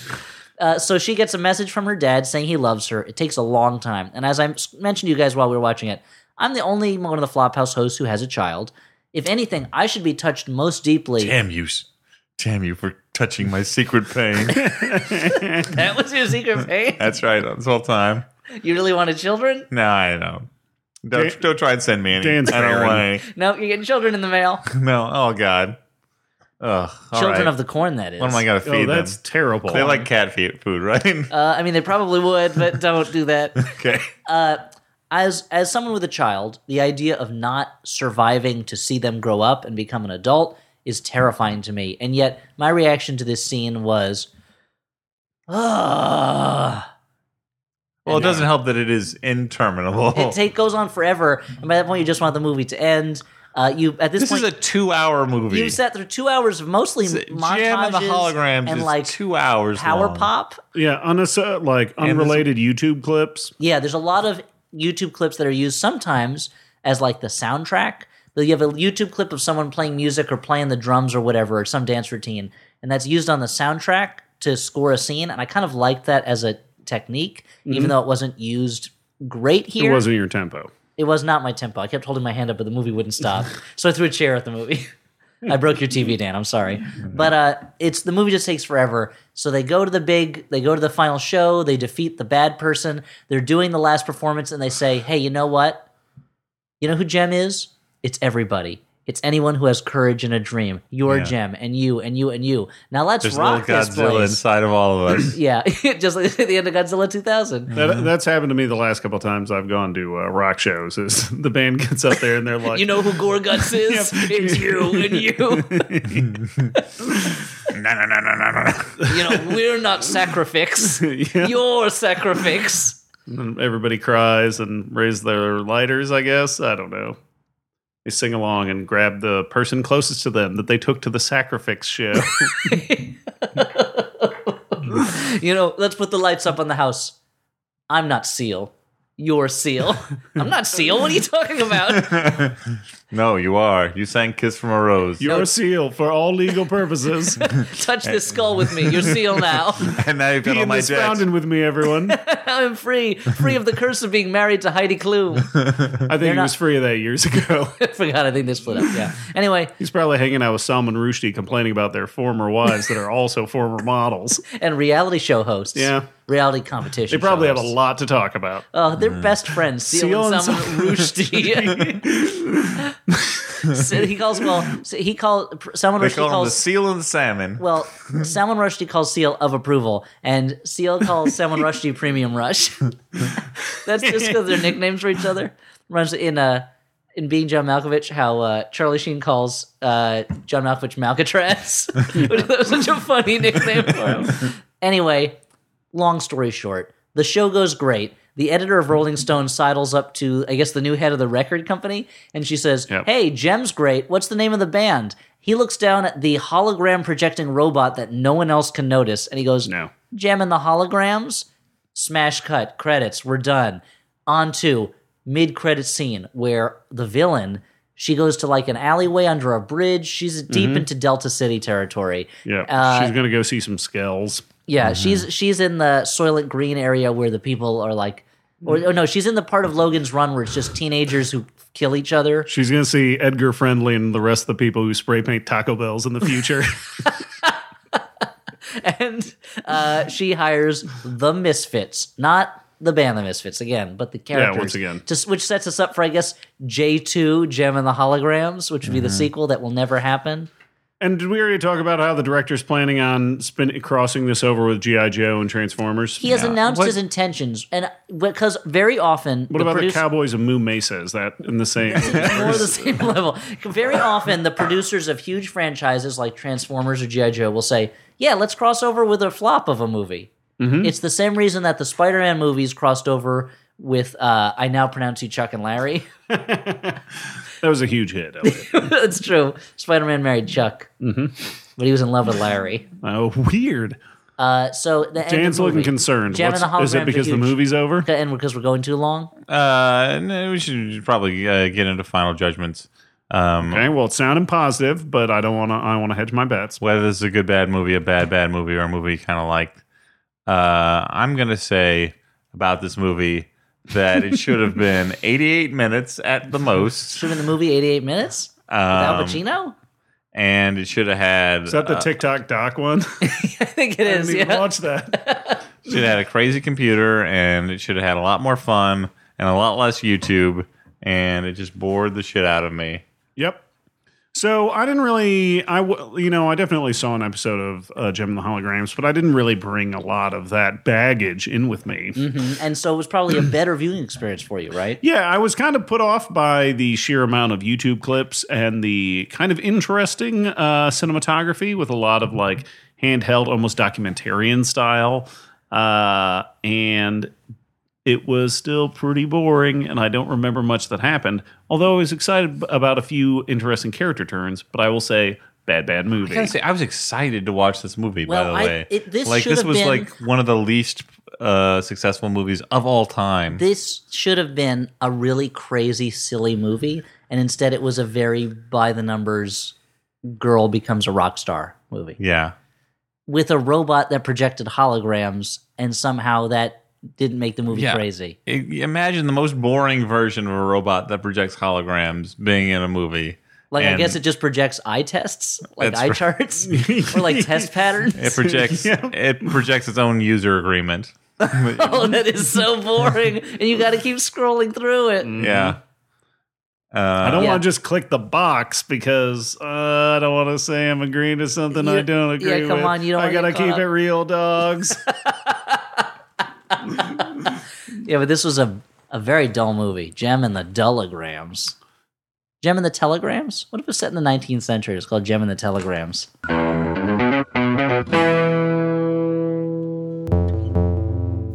Uh, so she gets a message from her dad saying he loves her. It takes a long time. And as I s- mentioned to you guys while we were watching it, I'm the only one of the Flophouse hosts who has a child. If anything, I should be touched most deeply. Damn you! s- Damn you for touching my secret pain. That was your secret pain? That's right. This whole time. You really wanted children? No, I don't. Don't, Dan- don't try and send me any. Dan's I don't barren. want any. No, you're getting children in the mail. No. Oh God. Ugh. all children right. of the corn, that is. What am I gonna feed Oh, them? that's terrible. They like cat feed food, right? uh, I mean, they probably would, but don't do that. okay. as as someone with a child, the idea of not surviving to see them grow up and become an adult is terrifying to me. And yet, my reaction to this scene was, "Ugh." Well, it doesn't help that it is interminable. It take, goes on forever, and by that point, you just want the movie to end. Uh, you at this, this point, is a two-hour movie. you sat through two hours of mostly Jam montages and the holograms and is like two hours. power long. pop. yeah, unass- like unrelated YouTube clips. Yeah, there's a lot of YouTube clips that are used sometimes as like the soundtrack. That You have a YouTube clip of someone playing music or playing the drums or whatever, or some dance routine, and that's used on the soundtrack to score a scene. And I kind of liked that as a technique, even though it wasn't used great Mm-hmm. It here. wasn't your tempo. It was not my tempo. I kept holding my hand up, but the movie wouldn't stop. so I threw a chair at the movie. I broke your TV, Dan. I'm sorry, but uh, it's the movie just takes forever. So they go to the big, they go to the final show. They defeat the bad person. They're doing the last performance, and they say, "Hey, you know what? You know who Jem is? It's everybody. It's anyone who has courage and a dream. You're Yeah. Jem, and you, and you, and you. Now let's There's little rock this Godzilla place." inside of all of us. Yeah, just like the end of Godzilla 2000. Mm-hmm. That, that's happened to me the last couple times I've gone to uh, rock shows. Is the band gets up there and they're like, You know who Gorguts is? It's you and you. no, no, no, no, no, no. You know, we're not sacrifix. Yeah. You're sacrifix. And everybody cries and raise their lighters, I guess. I don't know. They sing along and grab the person closest to them that they took to the sacrifice show. You know, let's put the lights up on the house. I'm not seal. You're seal. I'm not seal. What are you talking about? No, you are. You sang "Kiss from a Rose," Your seal for all legal purposes. Touch this skull with me. You're seal now. and now you've got Be all in my this jacks. fountain with me, everyone. I'm free. Free of the curse of being married to Heidi Klum. I think he not- was free of that years ago. I forgot. I think they split up. Yeah. Anyway, He's probably hanging out with Salman Rushdie complaining about their former wives that are also former models. and reality show hosts. Yeah. Reality competition. Uh, They probably show have a hosts. lot to talk about. Oh, they're best friends. Seal, Seal and and Salman Rushdie. So he calls well. so he called Salman They Rushdie call him the calls seal and salmon. well Salman Rushdie calls Seal of approval, and Seal calls Salman Rushdie Premium Rush. That's just because they're nicknames for each other. Runs in uh in being John Malkovich, how uh, Charlie Sheen calls uh, John Malkovich Malcatraz, which that was such a funny nickname for him. Anyway, long story short, the show goes great. The editor of Rolling Stone sidles up to, I guess, the new head of the record company, and she says, Yep. Hey, Jem's great. What's the name of the band? He looks down at the hologram projecting robot that no one else can notice, and he goes, No. Gem and the holograms? Smash cut, credits, we're done. On to mid credit scene where the villain. She goes to like an alleyway under a bridge. She's deep Mm-hmm. into Delta City territory. Yeah, Uh, she's gonna go see some skells. Yeah, Mm-hmm. she's she's in the Soylent Green area where the people are like, or, or no, she's in the part of Logan's Run where it's just teenagers who kill each other. She's gonna see Edgar Friendly and the rest of the people who spray paint Taco Bells in the future. And uh, she hires the Misfits, not the band The Misfits again, but the characters. once again. To, s- which sets us up for, I guess, J2, Gem and the Holograms, which would be the Mm-hmm. sequel that will never happen. and did we already talk about how the director's planning on spin- crossing this over with GI Joe and Transformers? He has announced What- his intentions, and because very often What about the Cowboys of Moo Mesa? Is that in the same? more the same level. Very often, the producers of huge franchises like Transformers or G.I. Joe will say, Yeah, let's cross over with a flop of a movie. It's the same reason that the Spider Man movies crossed over with uh, I Now Pronounce You Chuck and Larry. that was a huge hit. Elliot. That's true. Spider Man married Chuck, mm-hmm. but he was in love with Larry. Oh, weird. Uh, so the end of Dan's the looking movie. concerned. Jam and What's- the is Holograms are it because the huge. movie's over? And because we're going too long, Uh, no, we should probably uh, get into final judgments. Um, Okay, well, it's sounding positive, but I don't want to. I want to hedge my bets. whether this is a good bad movie, a bad bad movie, or a movie you kind of liked. Uh, I'm gonna say about this movie that it should have been 88 minutes at the most, shooting the movie 88 minutes with Al Pacino? and it should have had Is that the uh, TikTok doc one? I think it I didn't is. even Yeah. watch that. should have had a crazy computer, and it should have had a lot more fun and a lot less YouTube, and it just bored the shit out of me. Yep. So I didn't really, I w- you know, I definitely saw an episode of uh, Gem and the Holograms, but I didn't really bring a lot of that baggage in with me. And so it was probably a better viewing experience for you, right? Yeah, I was kind of put off by the sheer amount of YouTube clips and the kind of interesting uh, cinematography with a lot Mm-hmm. of like handheld, almost documentarian style. Uh, and it was still pretty boring, and I don't remember much that happened, although I was excited b- about a few interesting character turns, but I will say, bad, bad movie. I, say, I was excited to watch this movie. Well, by the I- way, it- this like should this have was been- like one of the least uh, successful movies of all time. This should have been a really crazy, silly movie, and instead it was a very by the numbers girl becomes a rock star movie yeah, with a robot that projected holograms, and somehow that didn't make the movie Yeah. crazy. I- Imagine the most boring version of a robot that projects holograms being in a movie. Like I And guess it just projects eye tests, like That's eye right. charts, or like test patterns. it projects Yeah. it projects its own user agreement. oh, that is so boring, and you got to keep scrolling through it. Mm-hmm. Yeah. I Uh, don't Yeah. want to just click the box because uh, I don't want to say I'm agreeing to something You- I don't agree yeah, come with. on, you don't I wanna get gotta caught keep up. it real, dogs. Yeah, but this was a a very dull movie. Gem and the Telegrams. Gem and the Telegrams? What if it was set in the 19th century? It's called Gem and the Telegrams.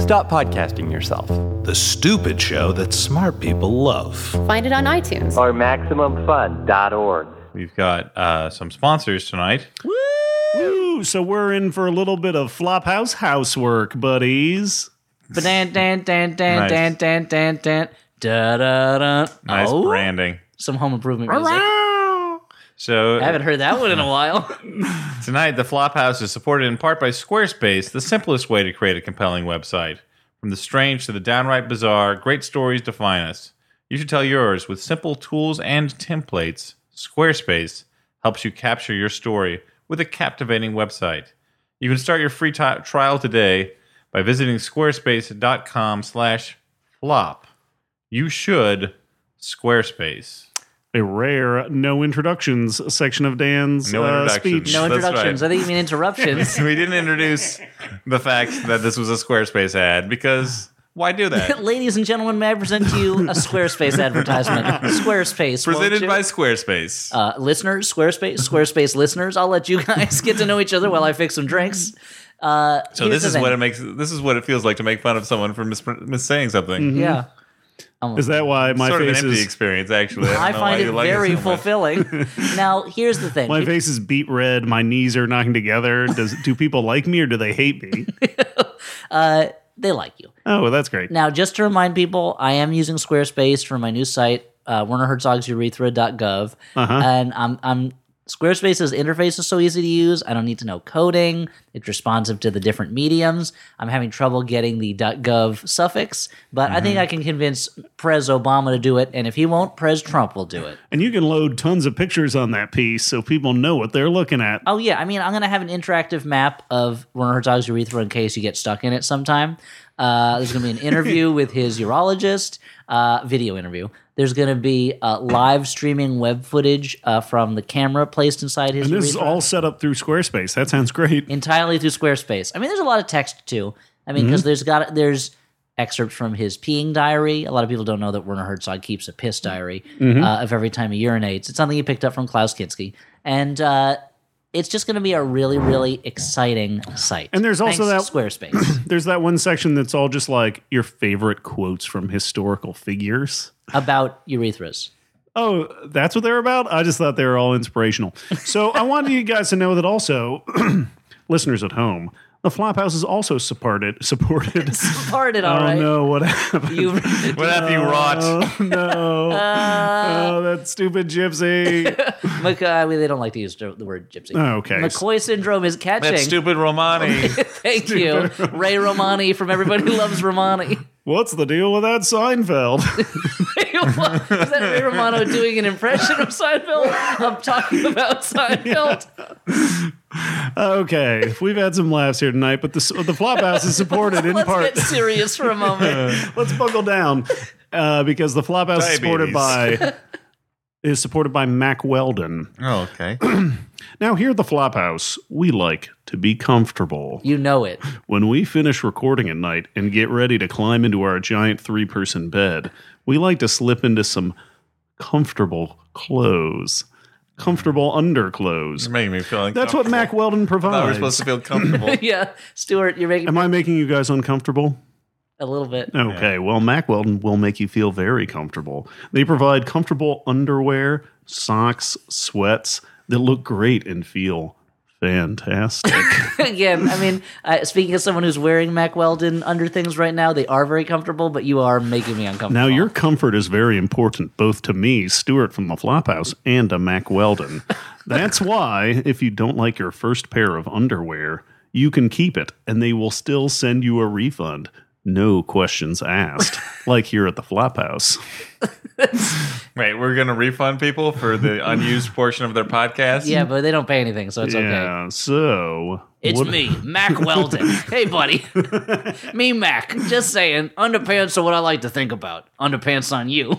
Stop podcasting yourself. the stupid show that smart people love Find it on iTunes. Or MaximumFun.org. we've got uh, some sponsors tonight. Woo! So we're in for a little bit of flophouse housework, buddies. Ba- Dan dan dan dan Nice. dan dan dan dan da da da. Nice oh, branding. some home improvement music. So I haven't heard that one in a while. Tonight, the Flophouse is supported in part by Squarespace, the simplest way to create a compelling website. From the strange to the downright bizarre, great stories define us. You should tell yours with simple tools and templates. Squarespace helps you capture your story with a captivating website. You can start your free ti- trial today by visiting squarespace.com/flop. You should Squarespace. A rare no introductions section of Dan's No uh, introductions. speech. No That's introductions. right. I think you mean interruptions. we didn't introduce the fact that this was a Squarespace ad because why do that? Ladies and gentlemen, may I present to you a Squarespace advertisement? Squarespace. won't Presented you? by Squarespace. uh, listeners, Squarespace, Squarespace listeners. I'll let you guys get to know each other while I fix some drinks. Uh, so this is what it makes. This is what it feels like to make fun of someone for mis- missaying something. yeah. Is that why my sort of an face empty is experience, actually. don't I know why find you it like very so much. fulfilling. now, here's the thing. my face is beat red? My knees are knocking together. Does do people like me or do they hate me? They like you. Oh, well, that's great. Now, just to remind people, I am using Squarespace for my new site, uh, WernerHerzog'sUrethra.gov, and I'm I'm Squarespace's interface is so easy to use. I don't need to know coding. It's responsive to the different mediums. I'm having trouble getting the .gov suffix, but I think I can convince Prez Obama to do it, and if he won't, Prez Trump will do it. And you can load tons of pictures on that piece so people know what they're looking at. Oh yeah, I mean, I'm gonna have an interactive map of Werner Herzog's urethra in case you get stuck in it sometime. Uh, there's gonna be an interview with his urologist, uh, video interview. There's gonna be uh, live streaming web footage uh, from the camera placed inside his And this is urethra, all set up through Squarespace. That sounds great. entirely through Squarespace. I mean, there's a lot of text too. I mean, Mm-hmm. because there's got there's excerpts from his peeing diary. A lot of people don't know that Werner Herzog keeps a piss diary Mm-hmm. uh, of every time he urinates. It's something he picked up from Klaus Kinski, and uh, it's just going to be a really, really exciting site. And there's also Thanks, that- Squarespace There's that one section that's all just like your favorite quotes from historical figures. about urethras. Oh, that's what they're about? I just thought they were all inspirational. So I wanted you guys to know that also, listeners at home, the Flophouse is also supported. supported. Part it all I right. don't know what happened. You, What have you wrought? Uh, Oh, no. oh, that stupid gypsy. Mc, uh, we- they don't like to use the word gypsy. Oh, Okay. McCoy syndrome is catching. That stupid Romani. Thank you, Ray Romani from Everybody Who Loves Romani. What's the deal with that Seinfeld? Is that Ray Romano doing an impression of Seinfeld? I'm talking about Seinfeld. okay, we've had some laughs here tonight, but the, the Flophouse is supported in Let's part. get serious for a moment. Let's buckle down uh, because the Flophouse is supported Diabetes. by is supported by Mac Weldon. oh, okay. Now here at the Flophouse, we like to be comfortable. You know it. When we finish recording at night and get ready to climb into our giant three-person bed, we like to slip into some comfortable clothes, comfortable underclothes. You're making me feel like That's what Mac Weldon thought we were provides. supposed to feel comfortable. Yeah, Stuart, you're making Am I making you guys uncomfortable? a little bit. Okay, well, Mack Weldon will make you feel very comfortable. They provide comfortable underwear, socks, sweats that look great and feel fantastic. Again, I mean, uh, speaking as someone who's wearing Mac Weldon under things right now, they are very comfortable, but you are making me uncomfortable. now, your comfort is very important both to me, Stuart from the Flophouse, and to Mack Weldon. That's why, if you don't like your first pair of underwear, you can keep it and they will still send you a refund. No questions asked, like here at the Flophouse. Wait, we're gonna refund people for the unused portion of their podcast. yeah, but they don't pay anything, so it's okay. Yeah, so. It's what- me, Mac Weldon. hey, buddy. me, Mac. Just saying, underpants are what I like to think about. Underpants on you.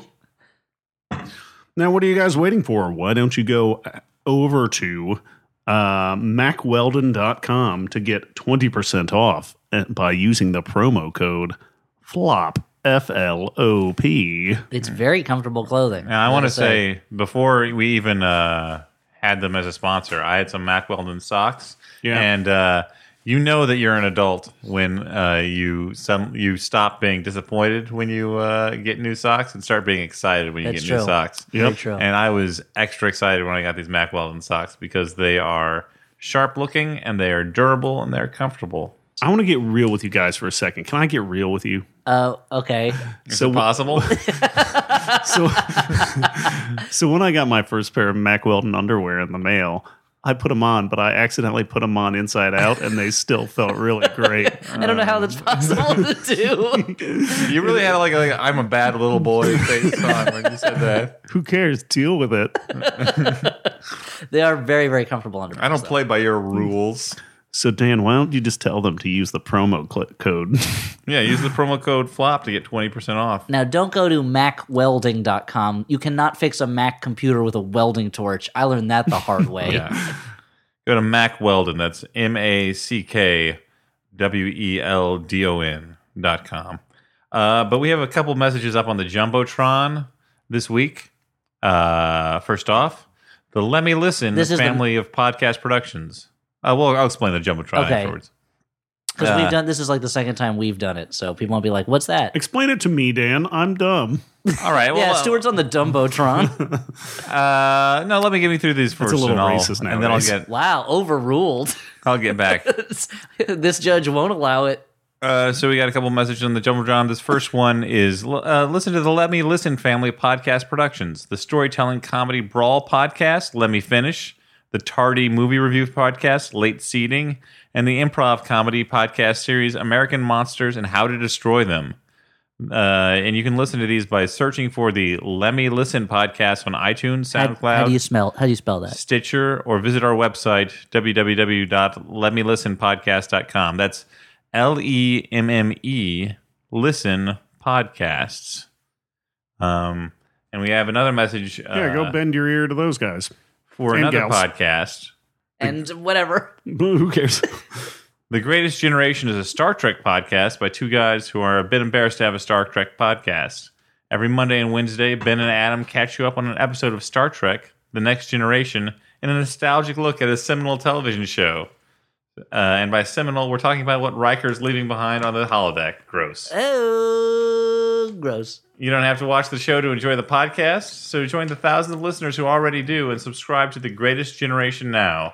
Now, what are you guys waiting for? Why don't you go uh, over to uh, macweldon.com to get 20% off uh, by using the promo code FLOP, F L O P. It's very comfortable clothing. Now, I want to say before we even uh, had them as a sponsor, I had some Mack Weldon socks. Yeah. And uh, you know that you're an adult when uh, you some you stop being disappointed when you uh, get new socks and start being excited when you That's get true. new socks. Very Yep. true. And I was extra excited when I got these Mack Weldon socks because they are sharp looking and they are durable and they're comfortable. I want to get real with you guys for a second. Can I get real with you? Uh, okay. so Possible? so, so when I got my first pair of Mack Weldon underwear in the mail, I put them on, but I accidentally put them on inside out, and they still felt really great. I don't know how that's possible to do. you really had like, like I'm a bad little boy face on when you said that. Who cares? Deal with it. They are very, very comfortable under. I don't play by your rules. So Dan, why don't you just tell them to use the promo cl- code? Yeah, use the promo code FLOP to get 20% off. Now, don't go to macwelding.com. You cannot fix a Mac computer with a welding torch. I learned that the hard way. Yeah. Go to Mac Weldon. That's M A C K W E L D O N dot com. Uh, but we have a couple messages up on the Jumbotron this week. Uh, first off, the Let Me Listen This is the- family of podcast productions. Uh, well, I'll explain the Jumbotron Okay. afterwards. Because Uh. we've done this is like the second time we've done it, so people won't be like, "What's that?" Explain it to me, Dan. I'm dumb. All right. Well, yeah, uh, Stuart's on the Dumbotron. Uh, no, let me get me through these first, a little and, I'll- racist and then I'll nowadays. get wow, overruled. I'll get back. this judge won't allow it. Uh, so we got a couple messages on the Jumble John. This first one is uh, listen to the Let Me Listen family podcast productions, the storytelling comedy brawl podcast, Let Me Finish, the tardy movie review podcast, Late Seating, and the improv comedy podcast series, American Monsters and How to Destroy Them. Uh, and you can listen to these by searching for the Let Me Listen podcast on iTunes, How, SoundCloud, how do you smell? How do you spell that? Stitcher, or visit our website, www.letmelistenpodcast.com. That's L E M M E, listen podcasts. Um, and we have another message uh, Yeah, go bend your ear to those guys. for and another gals. podcast. And whatever. Who cares? The Greatest Generation is a Star Trek podcast by two guys who are a bit embarrassed to have a Star Trek podcast. Every Monday and Wednesday, Ben and Adam catch you up on an episode of Star Trek, The Next Generation, and a nostalgic look at a seminal television show. Uh, and by seminal, we're talking about what Riker's leaving behind on the holodeck. Gross. Oh, gross. You don't have to watch the show to enjoy the podcast, so join the thousands of listeners who already do and subscribe to The Greatest Generation now.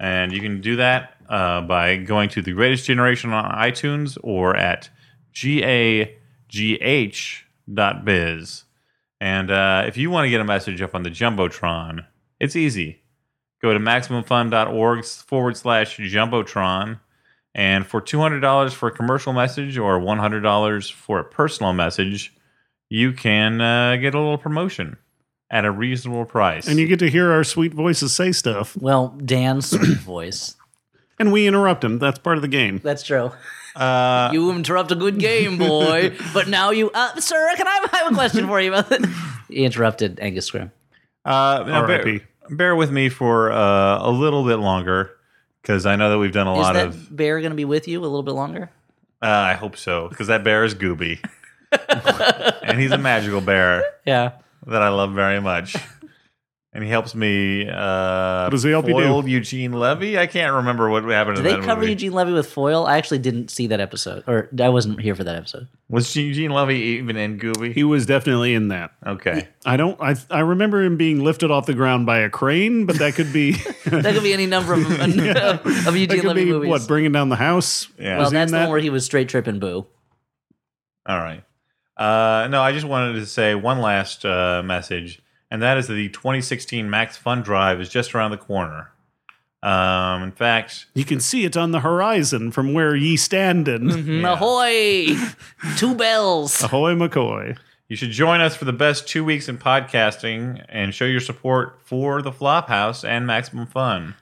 And you can do that uh, by going to The Greatest Generation on iTunes or at gagh.biz. And uh, if you want to get a message up on the Jumbotron, it's easy. Go to MaximumFun.org forward slash Jumbotron. And for $200 for a commercial message or $100 for a personal message, you can uh, get a little promotion at a reasonable price. and you get to hear our sweet voices say stuff, Well, Dan's sweet voice. and we interrupt them. That's part of the game. That's true. Uh, you interrupt a good game, boy. but now you, uh, sir, can I I have a question for you about that? He interrupted Angus Scrim. uh, now bear, R.I.P.. bear with me for uh, a little bit longer because I know that we've done a Is lot that of. bear going to be with you a little bit longer? Uh, I hope so because that bear is Gooby, and he's a magical bear Yeah. that I love very much. And he helps me. Uh, does he help you do? foil Eugene Levy? I can't remember what happened. Did in they that cover movie. Eugene Levy with foil? I actually didn't see that episode, or I wasn't here for that episode. Was Eugene Levy even in Gooby? He was definitely in that. okay. I don't. I I remember him being lifted off the ground by a crane, but that could be That could be any number of, of that Eugene could Levy be movies. what bringing down the house. Yeah. well, Was he in that's the that? one where he was straight tripping boo. All right. Uh, no, I just wanted to say one last uh, message, and that is that the 2016 Max Fund Drive is just around the corner. Um, in fact, You can see it on the horizon from where ye standing. Mm-hmm. Ahoy! Two bells. Ahoy, McCoy! you should join us for the best two weeks in podcasting and show your support for the Flophouse and Maximum Fun.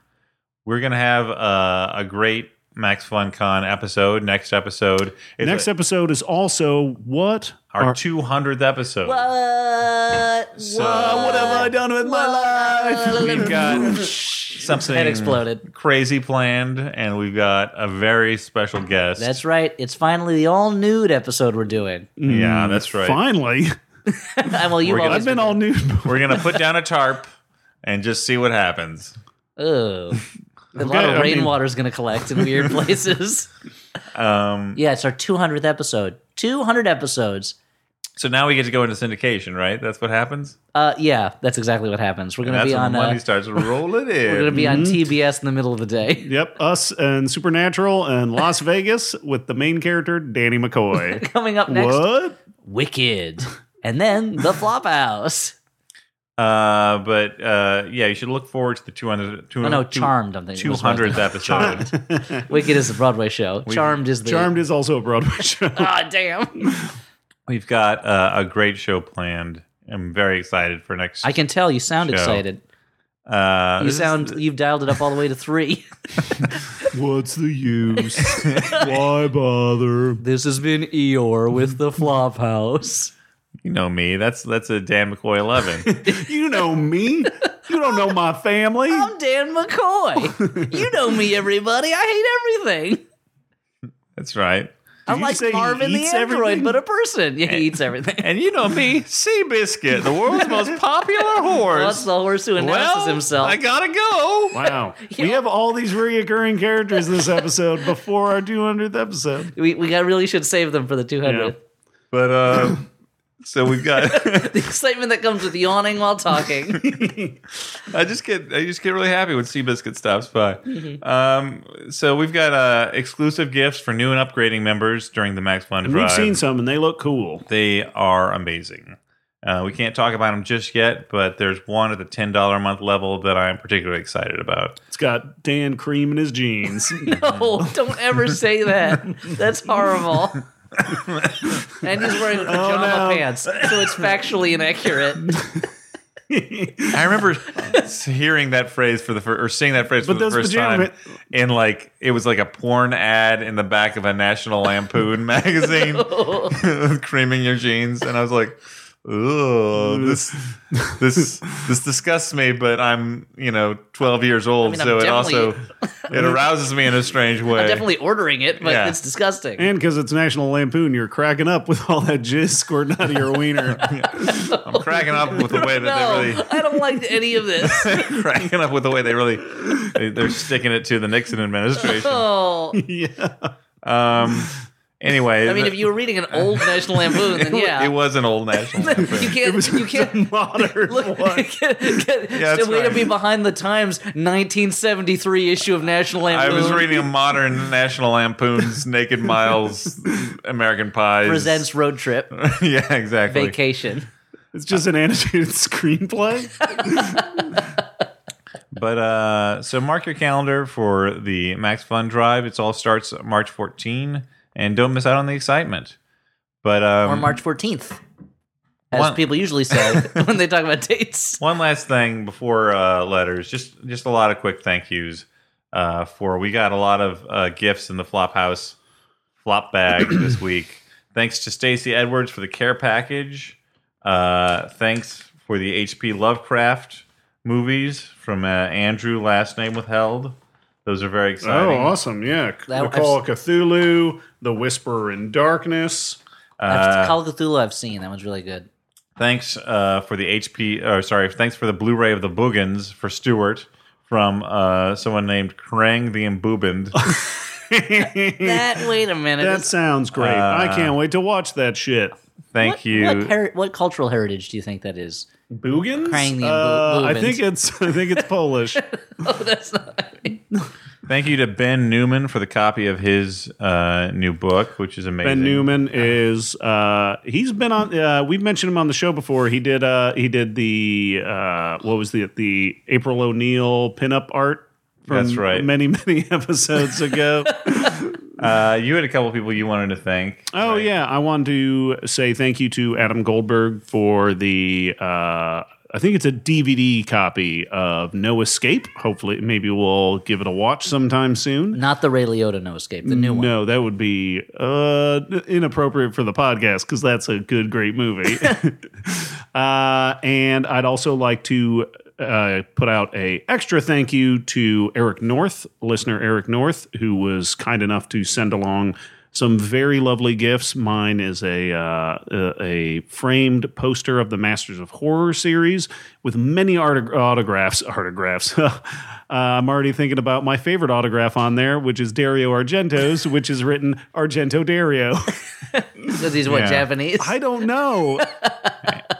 We're going to have uh, a great Max Fun Con episode next episode. It's Next a- episode is also what? our 200th episode. Oh. What? So- What have I done with my life? We've got something Head exploded. crazy planned, and we've got a very special guest. That's right. It's finally the all nude episode we're doing. Mm, yeah, that's right. Finally, well, you've We're gonna- always I've been all nude. We're gonna put down a tarp and just see what happens. Ugh. Oh. A lot I of mean- rainwater's going to collect in weird places. Um, yeah, it's our 200th episode. 200 episodes. So now we get to go into syndication, right? That's what happens. Uh, yeah, that's exactly what happens. We're And gonna that's be when on. the money Uh, starts rolling in. we're gonna be on TBS in the middle of the day. Yep, us and Supernatural and Las Vegas with the main character Danny McCoy. Coming up next, what? Wicked, and then the Flophouse. Uh, but uh, yeah, you should look forward to the 200, Oh no, Charmed. I'm thinking was what I was 200th episode. thinking. Wicked is the Broadway show. Charmed is the Charmed is also a Broadway show. Ah, damn. We've got uh, a great show planned. I'm very excited for next. I can tell you sound Show. excited. uh, You this is- sound you've dialed it up all the way to three. What's the use? Why bother? this has been Eeyore with the Flophouse. you know me. That's that's a Dan McCoy 11. You know me. You don't know my family. I'm Dan McCoy. you know me, everybody. I hate everything. that's right. I'm you like say he Marvin the eats android, everything? but a person. Yeah, he eats everything. And you know me, Seabiscuit, the world's most popular horse. That's the horse who announces well, himself. I gotta go. Wow. We have all these reoccurring characters this episode before our 200th episode. we we got, really should save them for the 200th. But uh, so we've got. The excitement that comes with yawning while talking. I just get I just get really happy when Seabiscuit stops by. Um, so we've got uh, exclusive gifts for new and upgrading members during the Max Fun And Drive. we've seen some and they look cool. They are amazing. Uh, we can't talk about them just yet, but there's one at the ten dollar a month level that I'm particularly excited about. It's got Dan Cream in his jeans. no, don't ever say that. That's horrible. and he's Oh, wearing pajama no. pants, so it's factually inaccurate. I remember hearing that phrase for the first or seeing that phrase But for the those first pajama- time in like it was like a porn ad in the back of a National Lampoon magazine, creaming your jeans, and I was like, "Ooh, this this this disgusts me." But I'm you know 12 years old, mean, I'm so it definitely- also it arouses me in a strange way. I'm definitely ordering it, but Yeah. it's disgusting. and because it's National Lampoon, you're cracking up with all that jizz squirting out of your wiener. I'm cracking up with the way that no, they really. I don't like any of this. cracking up with the way they really they- they're sticking it to the Nixon administration. Oh, yeah. Um, anyway, I mean, if you were reading an old National Lampoon, then yeah, it was an old national. you Lampoon. can't. you can't. Modern Look, one. that's it's a way to right. be behind the times 1973 issue of National I Lampoon. was reading a modern National Lampoon's Naked Miles, American Pies presents road trip yeah, exactly. vacation. It's just an annotated screenplay. But uh, so mark your calendar for the Max Fun Drive. It all starts March 14, and don't miss out on the excitement. But um, or March 14th, as One- people usually say when they talk about dates. One last thing before uh, letters, just just a lot of quick thank yous uh, for we got a lot of uh, gifts in the Flophouse flop bag this week. Thanks to Stacy Edwards for the care package. Uh, thanks for the H.P. Lovecraft movies from uh, Andrew. Last name withheld. Those are very Oh, exciting. awesome. Yeah. That- the Call of Cthulhu, The Whisperer in Darkness. Uh, I've- Call of Cthulhu, I've seen that one's really good. Thanks uh, for the HP. Or sorry, thanks for the Blu-ray of the Boogans for Stewart from uh, someone named Krang the Emboobened. That wait a minute. That sounds great. Uh, I can't wait to watch that shit. Thank what, you. What, heri- what cultural heritage do you think that is? Boogans? Krang the Uh, I Boogans. think it's I think it's Polish. Oh, that's not. Thank you to Ben Newman for the copy of his uh, new book, which is amazing. Ben Newman is uh, he's been on uh, we've mentioned him on the show before. He did uh, he did the uh, what was the the April O'Neil pinup art from That's right. many many episodes ago. Uh, you had a couple people you wanted to thank. Oh yeah, I want to say thank you to Adam Goldberg for the. Uh, I think it's a DVD copy of No Escape. Hopefully, maybe we'll give it a watch sometime soon. Not the Ray Liotta No Escape, the new one. No, that would be uh, inappropriate for the podcast because that's a good, great movie. uh, and I'd also like to uh, put out a extra thank you to Eric North, listener Eric North, who was kind enough to send along some very lovely gifts. Mine is a uh, a, a framed poster of the Masters of Horror series with many autog- autographs. Autographs. uh, I'm already thinking about my favorite autograph on there, which is Dario Argento's, which is written Argento Dario. Because he's what Yeah. Japanese. I don't know.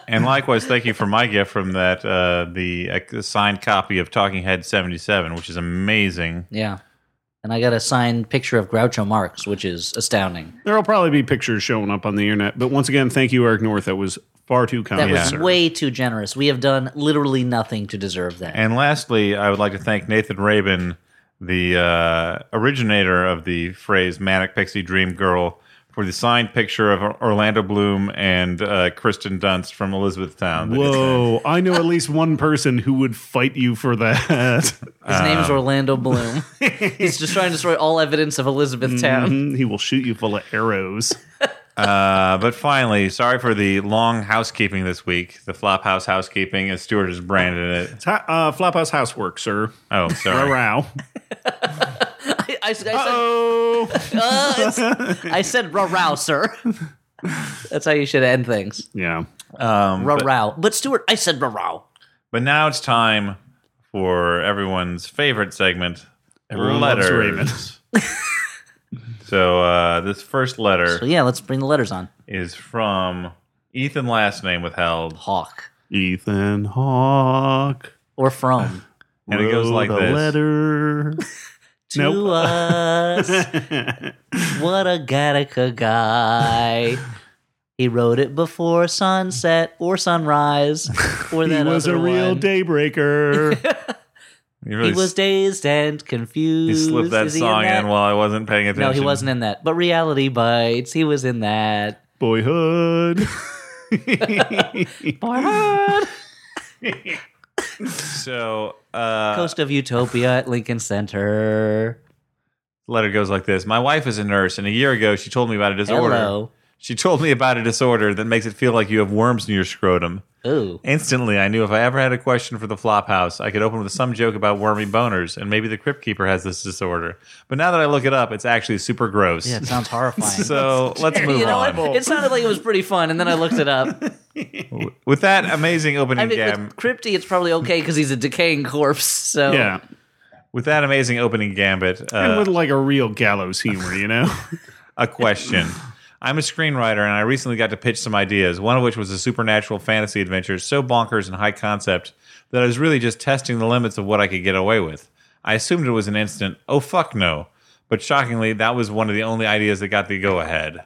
And likewise, thank you for my gift from that uh, the uh, signed copy of Talking Head seventy seven, which is amazing. yeah. And I got a signed picture of Groucho Marx, which is astounding. There'll probably be pictures showing up on the internet. But once again, thank you, Eric North. That was far too kind. That Yeah. was sir. way too generous. We have done literally nothing to deserve that. And lastly, I would like to thank Nathan Rabin, the uh, originator of the phrase "manic pixie dream girl," for the signed picture of Orlando Bloom and uh, Kristen Dunst from Elizabethtown. Whoa! I know at least one person who would fight you for that. His name oh. is Orlando Bloom. He's just trying to destroy all evidence of Elizabethtown. Mm, he will shoot you full of arrows. Uh, but finally, sorry for the long housekeeping this week. The Flophouse housekeeping, as Stuart has branded it. It's ha- uh, Flophouse housework, sir. Oh, sorry. Row. I, I- I said, Oh, uh, it's- I said "Ra-row, sir. That's how you should end things. yeah. Um, Ra-row. But Stuart, I said ra-row. But now it's time for everyone's favorite segment, Everyone loves letters. so uh, this first letter So yeah, let's bring the letters on. is from Ethan, last name withheld, Hawk Ethan Hawk. or from and it goes wrote like a this: Letter. to Nope. us. what a Gattaca guy. He wrote it before sunset or sunrise. Or he that was a other real one. daybreaker. You He really was dazed and you confused. slipped that Is he song in, that? while I wasn't paying attention. No, he wasn't in that. But Reality Bites, he was in that. Boyhood. Uh, So uh, Coast of Utopia at Lincoln Center. letter goes like this: My wife is a nurse, and a year ago she told me about a disorder. Hello. She told me about a disorder that makes it feel like you have worms in your scrotum. Ooh. Instantly, I knew if I ever had a question for the flop house, I could open with some joke about wormy boners, and maybe the crypt keeper has this disorder. But now that I look it up, it's actually super gross. Yeah, it sounds horrifying. So let's move you know on. what? It sounded like it was pretty fun, and then I looked it up. With that amazing I opening mean, gam, with Crypty, it's probably okay because he's a decaying corpse. So yeah. with that amazing opening gambit, And uh, with like a real gallows humor, you know? a question. I'm a screenwriter, and I recently got to pitch some ideas. One of which was a supernatural fantasy adventure so bonkers and high concept that I was really just testing the limits of what I could get away with. I assumed it was an instant "oh fuck no," but shockingly, that was one of the only ideas that got the go ahead.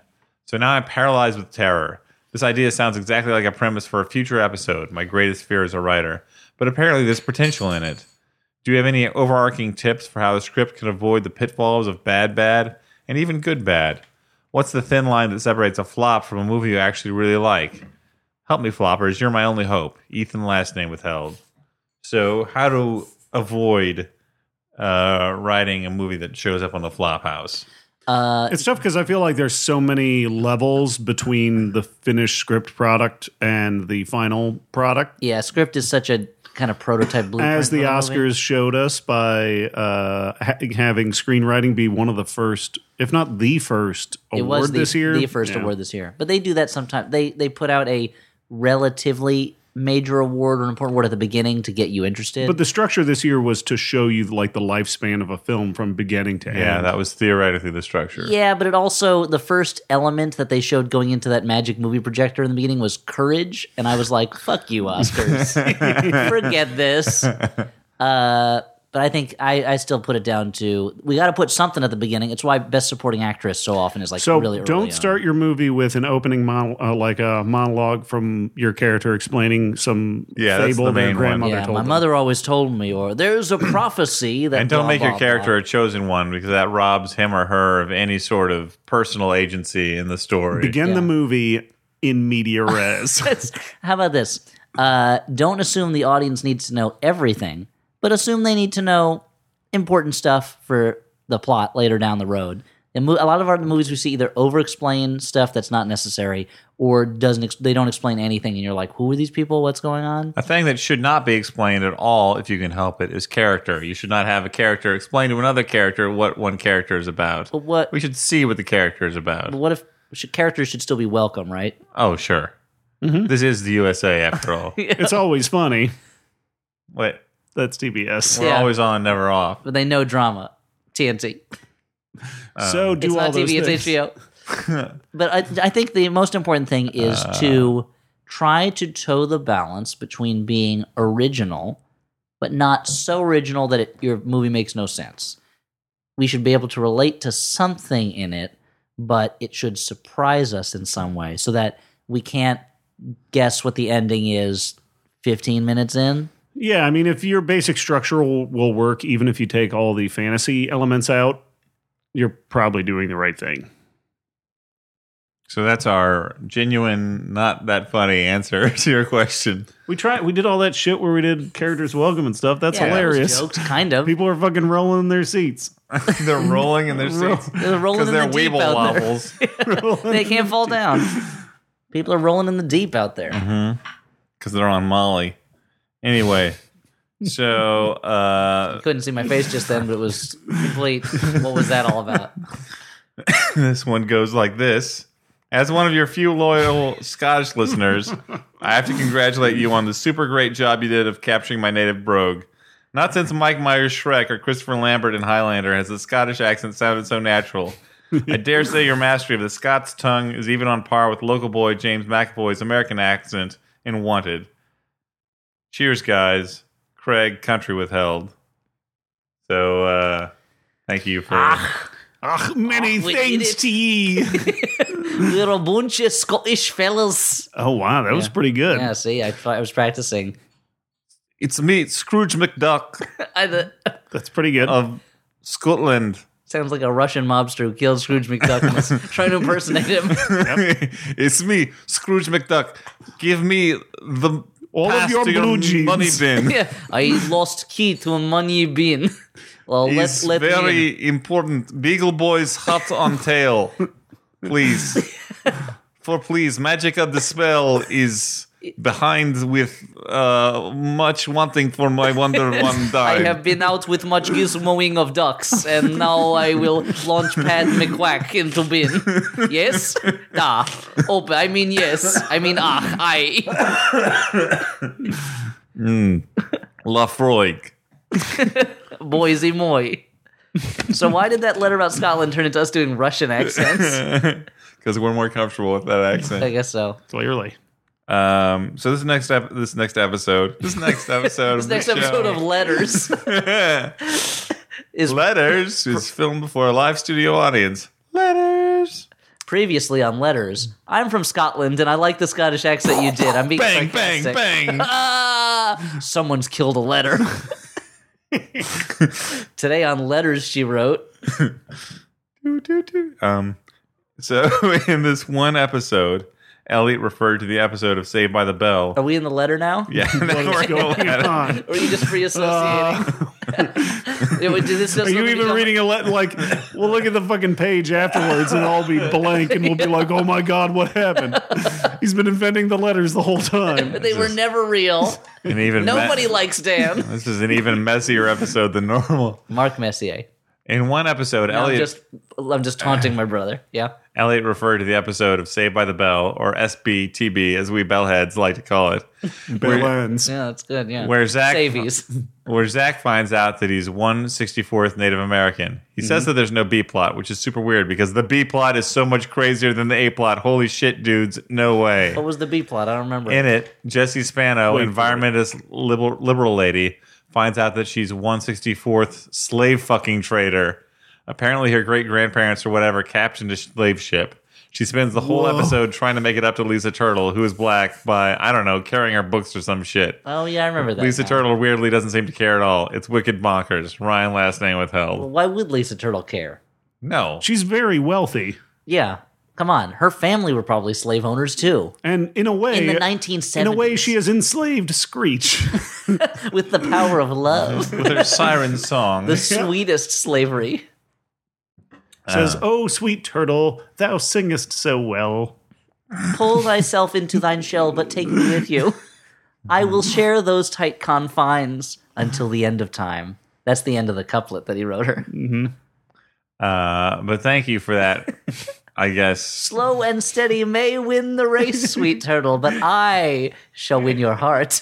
So now I'm paralyzed with terror. This idea sounds exactly like a premise for a future episode. My greatest fear as a writer, but apparently there's potential in it. Do you have any overarching tips for how the script can avoid the pitfalls of bad, bad, and even good, bad? What's the thin line that separates a flop from a movie you actually really like? Help me, floppers. You're my only hope. Ethan, last name withheld. So, how to avoid uh, writing a movie that shows up on the flop house? Uh, It's tough because I feel like there's so many levels between the finished script product and the final product. yeah, script is such a kind of prototype blueprint. As the for Oscars movie. showed us by uh, ha- having screenwriting be one of the first, if not the first, it award was the, this year. the first Yeah. award this year. But they do that sometimes. They they put out a relatively major award or an important award at the beginning to get you interested. But the structure this year was to show you like the lifespan of a film from beginning to Yeah, end. that was theoretically the structure. yeah, but it also the first element that they showed going into that magic movie projector in the beginning was courage, and I was like, "Fuck you, Oscars, forget this." Uh, but I think I, I still put it down to we got to put something at the beginning. It's why Best Supporting Actress so often is like So really early don't on. start your movie with an opening mon- uh, like a monologue from your character explaining some Yeah, that's fable the their main one. grandmother Yeah, told my them. mother always told me, or there's a prophecy that And don't blah, make your blah, character a blah." chosen one because that robs him or her of any sort of personal agency in the story. Begin the movie in media res. It's- How about this? Uh, don't assume the audience needs to know everything, but assume they need to know important stuff for the plot later down the road. And mo- a lot of our movies we see either over-explain stuff that's not necessary, or doesn't ex- they don't explain anything, and you're like, who are these people? What's going on? A thing that should not be explained at all, if you can help it, is character. You should not have a character explain to another character what one character is about. But what? We should see what the character is about. But what if should, characters should still be welcome, right? Oh, sure. Mm-hmm. This is the USA after all. It's always funny. Wait, That's TBS. we're Yeah. always on, never off. But they know drama. TNT. Uh, so do it's all not those TV. It's things. HBO. but I, I think the most important thing is Uh. to try to toe the balance between being original, but not so original that it, your movie makes no sense. We should be able to relate to something in it, but it should surprise us in some way, so that we can't guess what the ending is. 15 minutes in Yeah, I mean, if your basic structure will, will work, even if you take all the fantasy elements out, you're probably doing the right thing. So that's our genuine, not that funny answer to your question. We tried. We did all that shit where we did characters welcome and stuff. That's Yeah, those hilarious. jokes kind of People are fucking rolling in their seats. they're rolling in their seats. They're rolling Because in they're the deep weeble out there. wobbles. they can't fall down people are rolling in the deep out there Because they're on Molly. Anyway, so uh, Couldn't see my face just then, but it was complete. What was that all about? this one goes like this. As one of your few loyal Scottish listeners, I have to congratulate you on the super great job you did of capturing my native brogue. Not since Mike Myers Shrek or Christopher Lambert in Highlander has the Scottish accent sounded so natural. I dare say your mastery of the Scots tongue is even on par with local boy James McAvoy's American accent in Wanted. Cheers, guys. Craig, country withheld. So, uh, thank you for. Ah, many Oh, we did thanks it. to ye. We're a bunch of Scottish fellas. oh wow, that was pretty good. Yeah, see, I, I was practicing. It's me, Scrooge McDuck I, the, That's pretty good. of Scotland. sounds like a Russian mobster who killed Scrooge McDuck and was trying to impersonate him. it's me, Scrooge McDuck. Give me the All of pass your to blue jeans. money bin. yeah, I lost key to a money bin. Well, It's let let me in. very important. Beagle Boy's hot on tail, please. For please, magic of the spell is behind with uh, much wanting for my wonder one I die. have been out with much gizmoing of ducks, and now I will launch Pat McQuack into bin. Yes? Da. Open. I mean, yes. I mean, ah, I. Lafroig. Boise Moy. so why did that letter about Scotland turn into us doing Russian accents? Because we're more comfortable with that accent. I guess so. Clearly, Um, so this next ep- this next episode, this next episode, This next episode of Letters is Letters is filmed before a live studio audience. Letters, previously on Letters. I'm from Scotland and I like the Scottish accent you did. I'm being bang, sarcastic. bang, bang. Ah, someone's killed a letter. Today on Letters, she wrote. Doo, doo, doo. um, so in this one episode, Elliot referred to the episode of Saved by the Bell. Are we in the letter now? Yeah, now we're Oh, going at it. on. Or are you just reassociating? It would- did this Are you even reading a let like we'll look at the fucking page afterwards and I'll be blank and we'll be like, Oh my god, what happened? He's been inventing the letters the whole time. They were never real. An even me- Nobody likes Dan. this is an even messier episode than normal. Mark Messier. In one episode, No, I'm Elliot just I'm just taunting my brother. Yeah. Elliot referred to the episode of Saved by the Bell, or SBTB, as we bellheads like to call it. Bill ends. Yeah, that's good. Yeah. Where's Zach? Savies. where Zach finds out that he's 164th Native American. He Mm-hmm. says that there's no B plot, which is super weird because the B plot is so much crazier than the A plot. Holy shit, dudes, no way. What was the B plot? I don't remember. In it, Jesse Spano, Wait for environmentist liberal, liberal lady, finds out that she's 164th slave fucking trader. Apparently, her great grandparents or whatever captained a slave ship. She spends the whole episode trying to make it up to Lisa Turtle, who is black, by, I don't know, carrying her books or some shit. Oh yeah, I remember that. Lisa now. Turtle weirdly doesn't seem to care at all. It's wicked bonkers. Ryan last name withheld. Why would Lisa Turtle care? No. She's very wealthy. Yeah. Come on. Her family were probably slave owners too. And in a way uh, In the 1970s. in a way she has enslaved Screech. with the power of love. With her siren song. the sweetest slavery. says, "Oh, sweet turtle, thou singest so well." Pull thyself into thine shell, but take me with you. I will share those tight confines until the end of time. That's the end of the couplet that he wrote her. Uh, but thank you for that. I guess Slow and steady may win the race, sweet turtle, but I shall win your heart.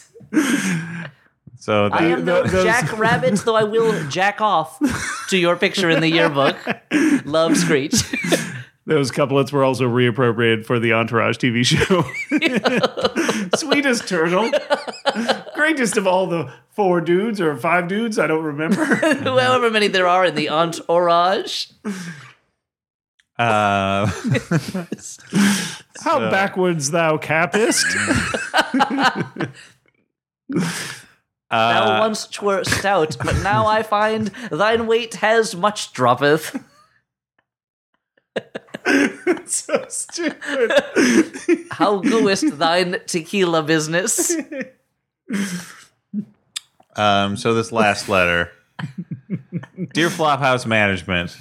so. I That, am no those- Jack Rabbit, though I will jack off to your picture in the yearbook. Love Screech. Those couplets were also reappropriated for the Entourage TV show. Sweetest turtle, greatest of all the four dudes or five dudes, I don't remember. However many there are in the entourage. uh, How backwards thou capest. Thou once twert stout, but now I find thine weight has much droppeth. so stupid. How goest thine tequila business? Um, so this last letter, dear Flophouse Management,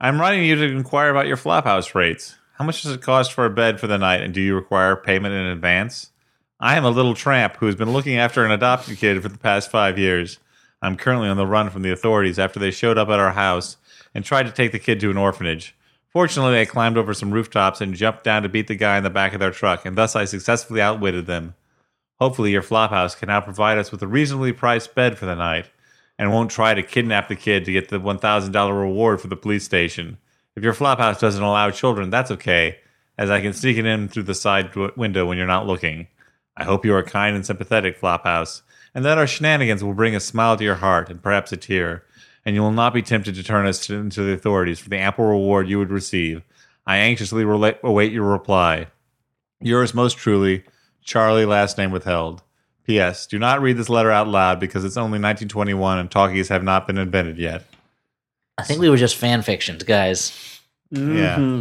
I'm writing you to inquire about your Flophouse rates. How much does it cost for a bed for the night, and do you require payment in advance? I am a little tramp who has been looking after an adopted kid for the past five years. I'm currently on the run from the authorities after they showed up at our house and tried to take the kid to an orphanage. Fortunately, I climbed over some rooftops and jumped down to beat the guy in the back of their truck, and thus I successfully outwitted them. Hopefully, your flophouse can now provide us with a reasonably priced bed for the night and won't try to kidnap the kid to get the $1,000 reward for the police station. If your flophouse doesn't allow children, that's okay, as I can sneak it in through the side w- window when you're not looking. I hope you are kind and sympathetic, Flophouse, and that our shenanigans will bring a smile to your heart and perhaps a tear, and you will not be tempted to turn us into the authorities for the ample reward you would receive. I anxiously rela- await your reply. Yours most truly, Charlie, last name withheld. P.S. Do not read this letter out loud because it's only 1921 and talkies have not been invented yet. I think we were just fan fictioned, guys. Mm-hmm.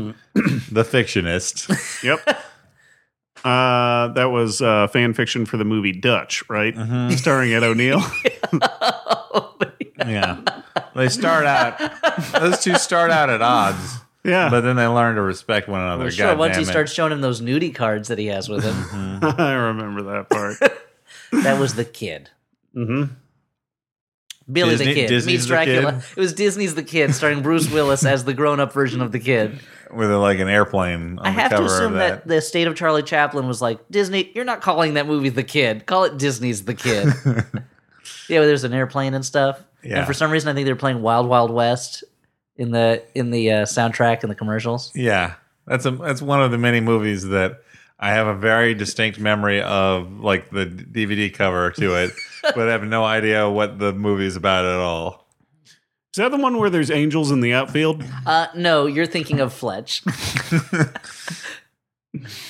Yeah. the fictionist. Yep. Uh, that was uh, fan fiction for the movie Dutch, right? Starring Ed O'Neill. Yeah. They start out, those two start out at odds, yeah. but then they learn to respect one another. Well, sure, Oh, God once he damn it. Mm-hmm. starts showing him those nudie cards that he has with him, I remember that part. that was the kid. Mhm. Billy Mm-hmm. Disney- the Kid Disney's meets the Dracula. Kid? It was Disney's The Kid, starring Bruce Willis as the grown up version of the kid. with like an airplane on I the have to cover assume of that. that. the state of Charlie Chaplin was like, Disney, you're not calling that movie The Kid. Call it Disney's The Kid. yeah, where there's an airplane and stuff. Yeah. And for some reason, I think they're playing Wild Wild West in the in the uh, soundtrack and the commercials. Yeah, that's a that's one of the many movies that I have a very distinct memory of, like the DVD cover to it, but I have no idea what the movie's about at all. Is that the one where there's angels in the outfield? Uh, no, you're thinking of Fletch.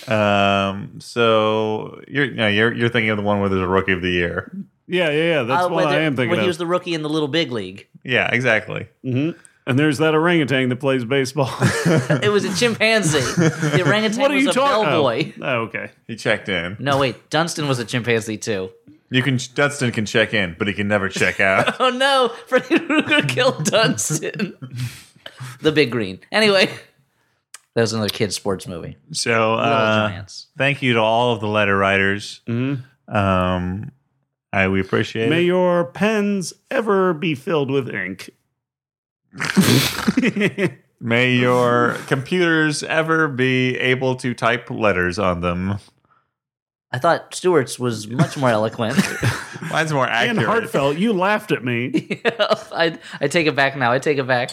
Um, so you're yeah, you're you're thinking of the one where there's a Rookie of the Year. Yeah, yeah, yeah. That's Uh, what when I they're- am thinking when of. he was the rookie in the Little Big League. Yeah, exactly. and there's that orangutan that plays baseball. It was a chimpanzee. The orangutan what are was you a talking bellboy. Oh. oh, okay. He checked in. No, wait, Dunstan was a chimpanzee too. You can Dunstan can check in, but he can never check out. Oh no, Freddy Krueger killed Dunstan. the Big Green. Anyway, that was another kids' sports movie. So Little uh, Giants. thank you to all of the letter writers. Um, I we appreciate May it. your pens ever be filled with ink. May your computers ever be able to type letters on them. I thought Stewart's was much more eloquent. Mine's more And accurate. heartfelt, you laughed at me. I, I take it back now. I take it back.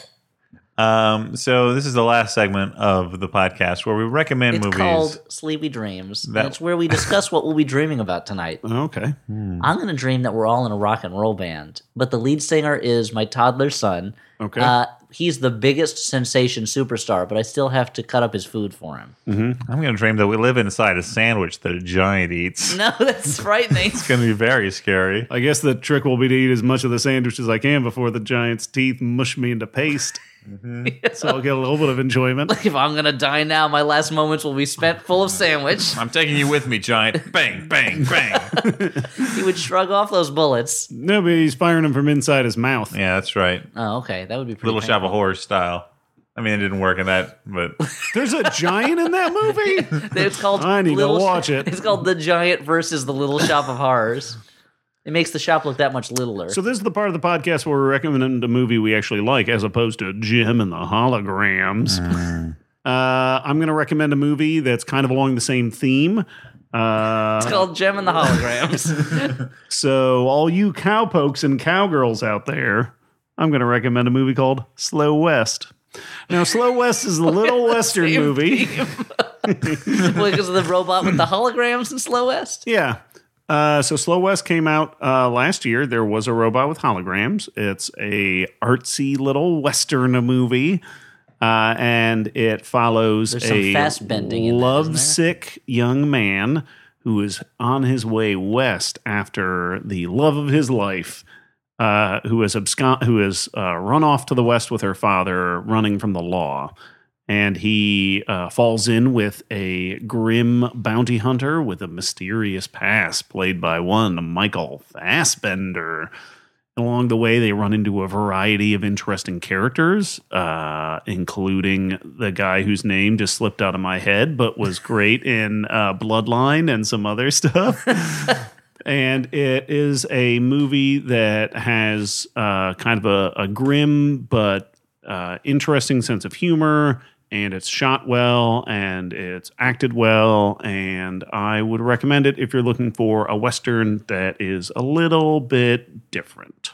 Um, so this is the last segment of the podcast where we recommend It's movies. called Sleepy Dreams. That- and it's where we discuss what we'll be dreaming about tonight. okay. Mm. I'm going to dream that we're all in a rock and roll band, but the lead singer is my toddler son. Okay. Uh, he's the biggest sensation superstar, but I still have to cut up his food for him. I'm going to dream that we live inside a sandwich that a giant eats. No, that's frightening. It's going to be very scary. I guess the trick will be to eat as much of the sandwich as I can before the giant's teeth mush me into paste. Mm-hmm. So I'll get a little bit of enjoyment. if I'm going to die now, my last moments will be spent full of sandwich. I'm taking you with me, giant. Bang, bang, bang. He would shrug off those bullets. No, but he's firing him from inside his mouth. yeah, that's right. Oh, okay. That would be pretty Little painful. Shop of Horror style. I mean, it didn't work in that, but There's a giant in that movie. It's called. I need to Sh- watch it. It's called the Giant versus the Little Shop of Horrors. It makes the shop look that much littler. So this is the part of the podcast where we recommend a movie we actually like, as opposed to Jim and the Holograms. Uh, I'm going to recommend a movie that's kind of along the same theme. Uh, it's called Gem and the Holograms. so all you cowpokes and cowgirls out there, I'm going to recommend a movie called Slow West. Now, Slow West is a little western same movie. because of the robot with the holograms in Slow West. Yeah. Uh, so Slow West came out uh, last year. There was a robot with holograms. It's a artsy little western movie, uh, and it follows There's some a fast bending in that, isn't there? lovesick young man who is on his way west after the love of his life, uh, who has abscond, who has uh, run off to the west with her father, running from the law and he uh, falls in with a grim bounty hunter with a mysterious past, played by one Michael Fassbender. Along the way, they run into a variety of interesting characters, uh, including the guy whose name just slipped out of my head, but was great in uh, Bloodline and some other stuff. and it is a movie that has uh, kind of a, a grim but uh, interesting sense of humor and it's shot well and it's acted well and i would recommend it if you're looking for a western that is a little bit different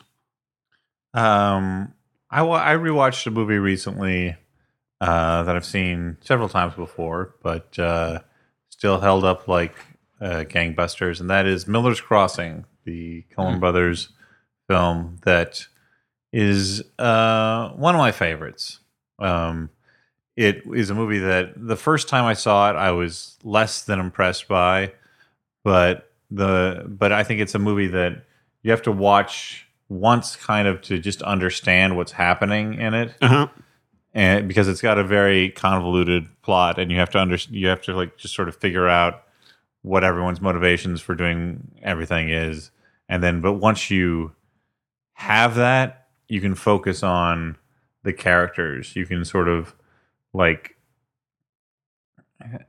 Um, I wa- I rewatched a movie recently uh, that I've seen several times before, but uh, still held up like uh, gangbusters, and that is Miller's Crossing, the Coen Brothers film that is uh, one of my favorites. Um, it is a movie that the first time I saw it, I was less than impressed by, but the but I think it's a movie that you have to watch once, kind of to just understand what's happening in it, uh-huh and because it's got a very convoluted plot, and you have to under you have to like just sort of figure out what everyone's motivations for doing everything is, and then but once you have that, you can focus on the characters. You can sort of like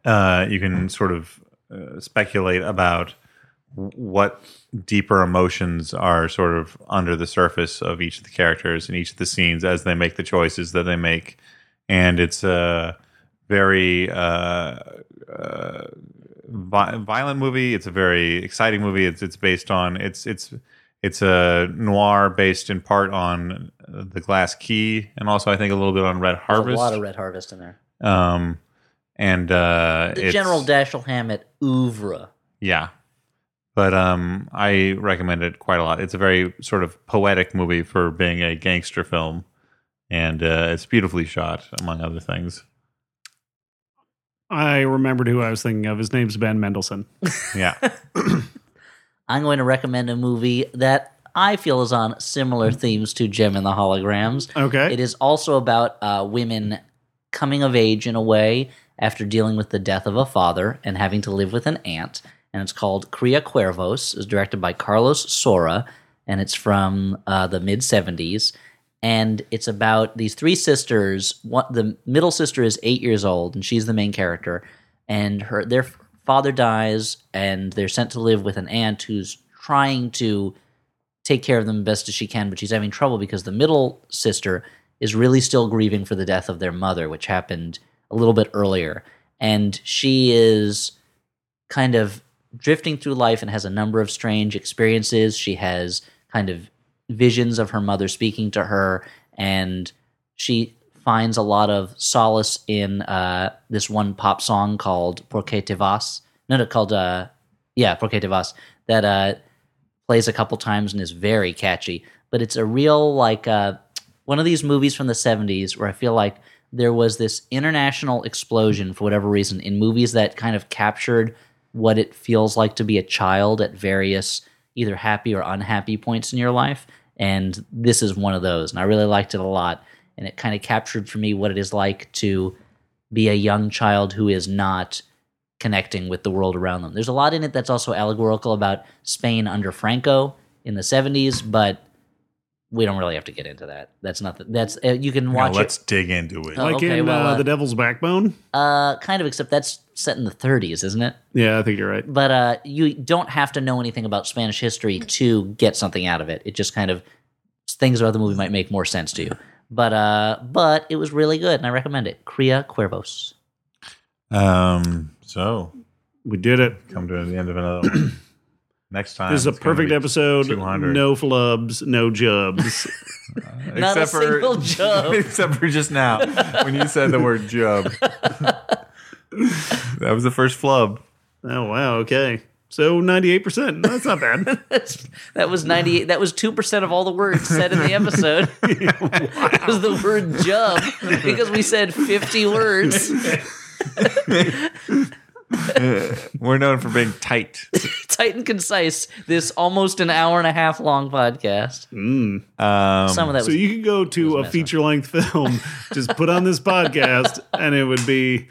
uh, you can sort of uh, speculate about w- what deeper emotions are sort of under the surface of each of the characters and each of the scenes as they make the choices that they make and it's a very uh, uh, vi- violent movie it's a very exciting movie it's it's based on it's it's it's a noir based in part on uh, the glass key and also i think a little bit on red There's harvest a lot of Red Harvest in there. um, and uh, The it's- General Dashiell Hammett oeuvre. yeah. But um, I recommend it quite a lot. It's a very sort of poetic movie for being a gangster film, and uh, it's beautifully shot, among other things. i remembered who i was thinking of his name's ben mendelsohn Yeah, I'm going to recommend a movie that I feel is on similar themes to Gem and the Holograms. okay It is also about uh, women coming of age in a way after dealing with the death of a father and having to live with an aunt. And it's called Cria Cuervos. It's directed by Carlos Sora, and it's from uh, the mid 70s. And it's about these three sisters. One, the middle sister is eight years old, and she's the main character. And her their father dies, and they're sent to live with an aunt who's trying to take care of them best as she can, but she's having trouble because the middle sister is really still grieving for the death of their mother, which happened a little bit earlier. And she is kind of drifting through life and has a number of strange experiences. She has kind of visions of her mother speaking to her, and she finds a lot of solace in uh, this one pop song called Porque Te Vas. No, no, called, uh, yeah, Porque Te Vas, that uh, plays a couple times and is very catchy. But it's a real, like, uh, one of these movies from the 70s where I feel like there was this international explosion for whatever reason in movies that kind of captured what it feels like to be a child at various either happy or unhappy points in your life. And this is one of those. And I really liked it a lot. And it kind of captured for me what it is like to be a young child who is not connecting with the world around them. There's a lot in it that's also allegorical about Spain under Franco in the 70s, but we don't really have to get into that. That's nothing. That's uh, you can Now watch let's dig into it. Oh. Like okay, in well, uh, uh, The Devil's Backbone? it. Uh, kind of, except that's set in the 30s, isn't it? Yeah, I think you're right. But uh, you don't have to know anything about Spanish history to get something out of it. It just kind of things about the movie might make more sense to you. But uh, but it was really good, and I recommend it. Cria Cuervos. Um, so We did it. come to the end of another one. Next time. This is a Uh, it's gonna perfect be episode. 200. No flubs, no jubs. Not a single jub. except for just now when you said the word jub. that was the first flub. oh, wow. Okay. So 98%. That's not bad. That's- that was 98 that was 2% of all the words said in the episode it was the word jub because we said 50 words We're known for being tight. tight and concise this almost an hour and a half long podcast Um, some of that so was you could go to a feature length film, just put on this podcast, and it would be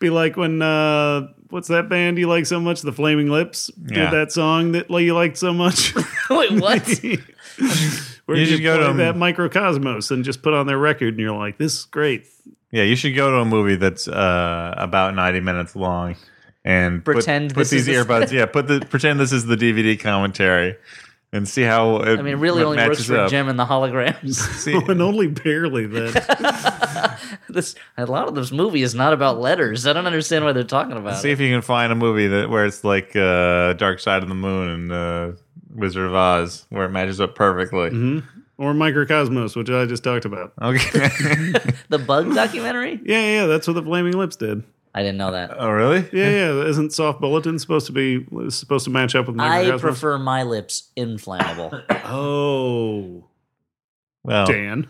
be like when uh what's that band you like so much? The Flaming Lips Yeah. did that song that you liked so much. wait what Where You you, should go play to- that microcosmos and just put on their record, and you're like, "This is great." yeah, you should go to a movie that's uh, about 90 minutes long and put- Pretend put, this these is the- earbuds. yeah, put the pretend this is the DVD commentary and see how it i mean it really only works matches for up. jim and the holograms See, and only barely that. this a lot of this movie is not about letters i don't understand why they're talking about see it. if you can find a movie that where it's like uh, Dark Side of the Moon and uh, Wizard of Oz where it matches up perfectly. or microcosmos, which I just talked about. Okay. the bug documentary Yeah, yeah, that's what the Flaming Lips did. i didn't know that oh, really? Yeah, yeah. Isn't soft bulletin supposed to be supposed to match up with i microcosmos? prefer my lips inflammable Oh, Well, Dan.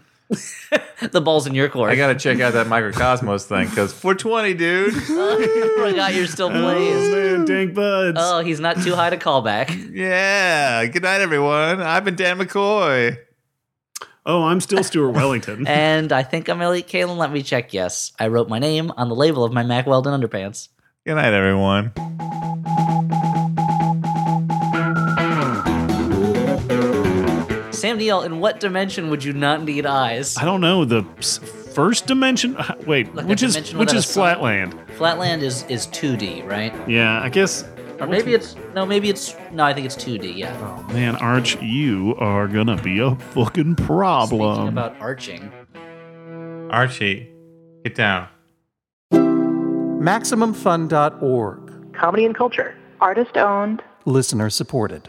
the ball's in your court I gotta check out that microcosmos thing because 420, dude. forgot you're still Oh blazed. man, dank buds. Oh, he's not too high to call back. Yeah. Good night, everyone. I've been Dan McCoy. oh, I'm still Stuart Wellington. And I think I'm Elliot Kalen. Let me check. Yes, I wrote my name on the label of my Mac Weldon underpants. Good night, everyone. Sam Neill, in what dimension would you not need eyes? I don't know the s- first dimension. uh, Wait, Like a which is dimension which without is a sun? flatland? Flatland is is 2D, right? Yeah, I guess. Or maybe it's no, maybe it's no. I think it's 2D. Yeah. Oh man, Arch, you are gonna be a fucking Speaking problem. about arching, Archie, get down. MaximumFun.org. comedy and culture. Artist owned. Listener supported.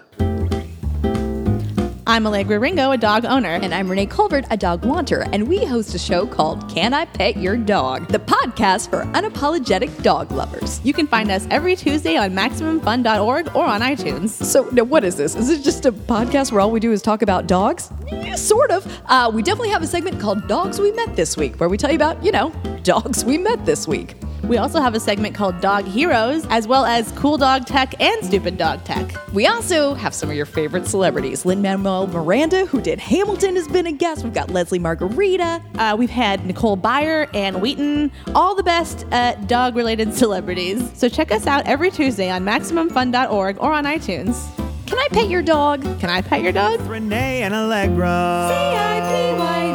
I'm Allegra Ringo, a dog owner, and And I'm Renee Colbert, a dog wanter, and we host a show called Can I Pet Your Dog? The podcast for unapologetic dog lovers. you can find us every Tuesday on MaximumFun.org or on iTunes. So, now what is this? Is it just a podcast where all we do is talk about dogs? Yeah, Sort of. Uh, we definitely have a segment called Dogs We Met This Week, where we tell you about, you know, dogs we met this week. We also have a segment called Dog Heroes, as well as Cool Dog Tech and Stupid Dog Tech. We also have some of your favorite celebrities. Lynn Manuel Miranda, who did Hamilton, has been a guest. We've got Leslie Margarita. Uh, we've had Nicole Byer, Ann Wheaton, all the best uh, dog related celebrities. So check us out every Tuesday on MaximumFun.org or on iTunes. Can I pet your dog? Can I pet your dog? C I P Y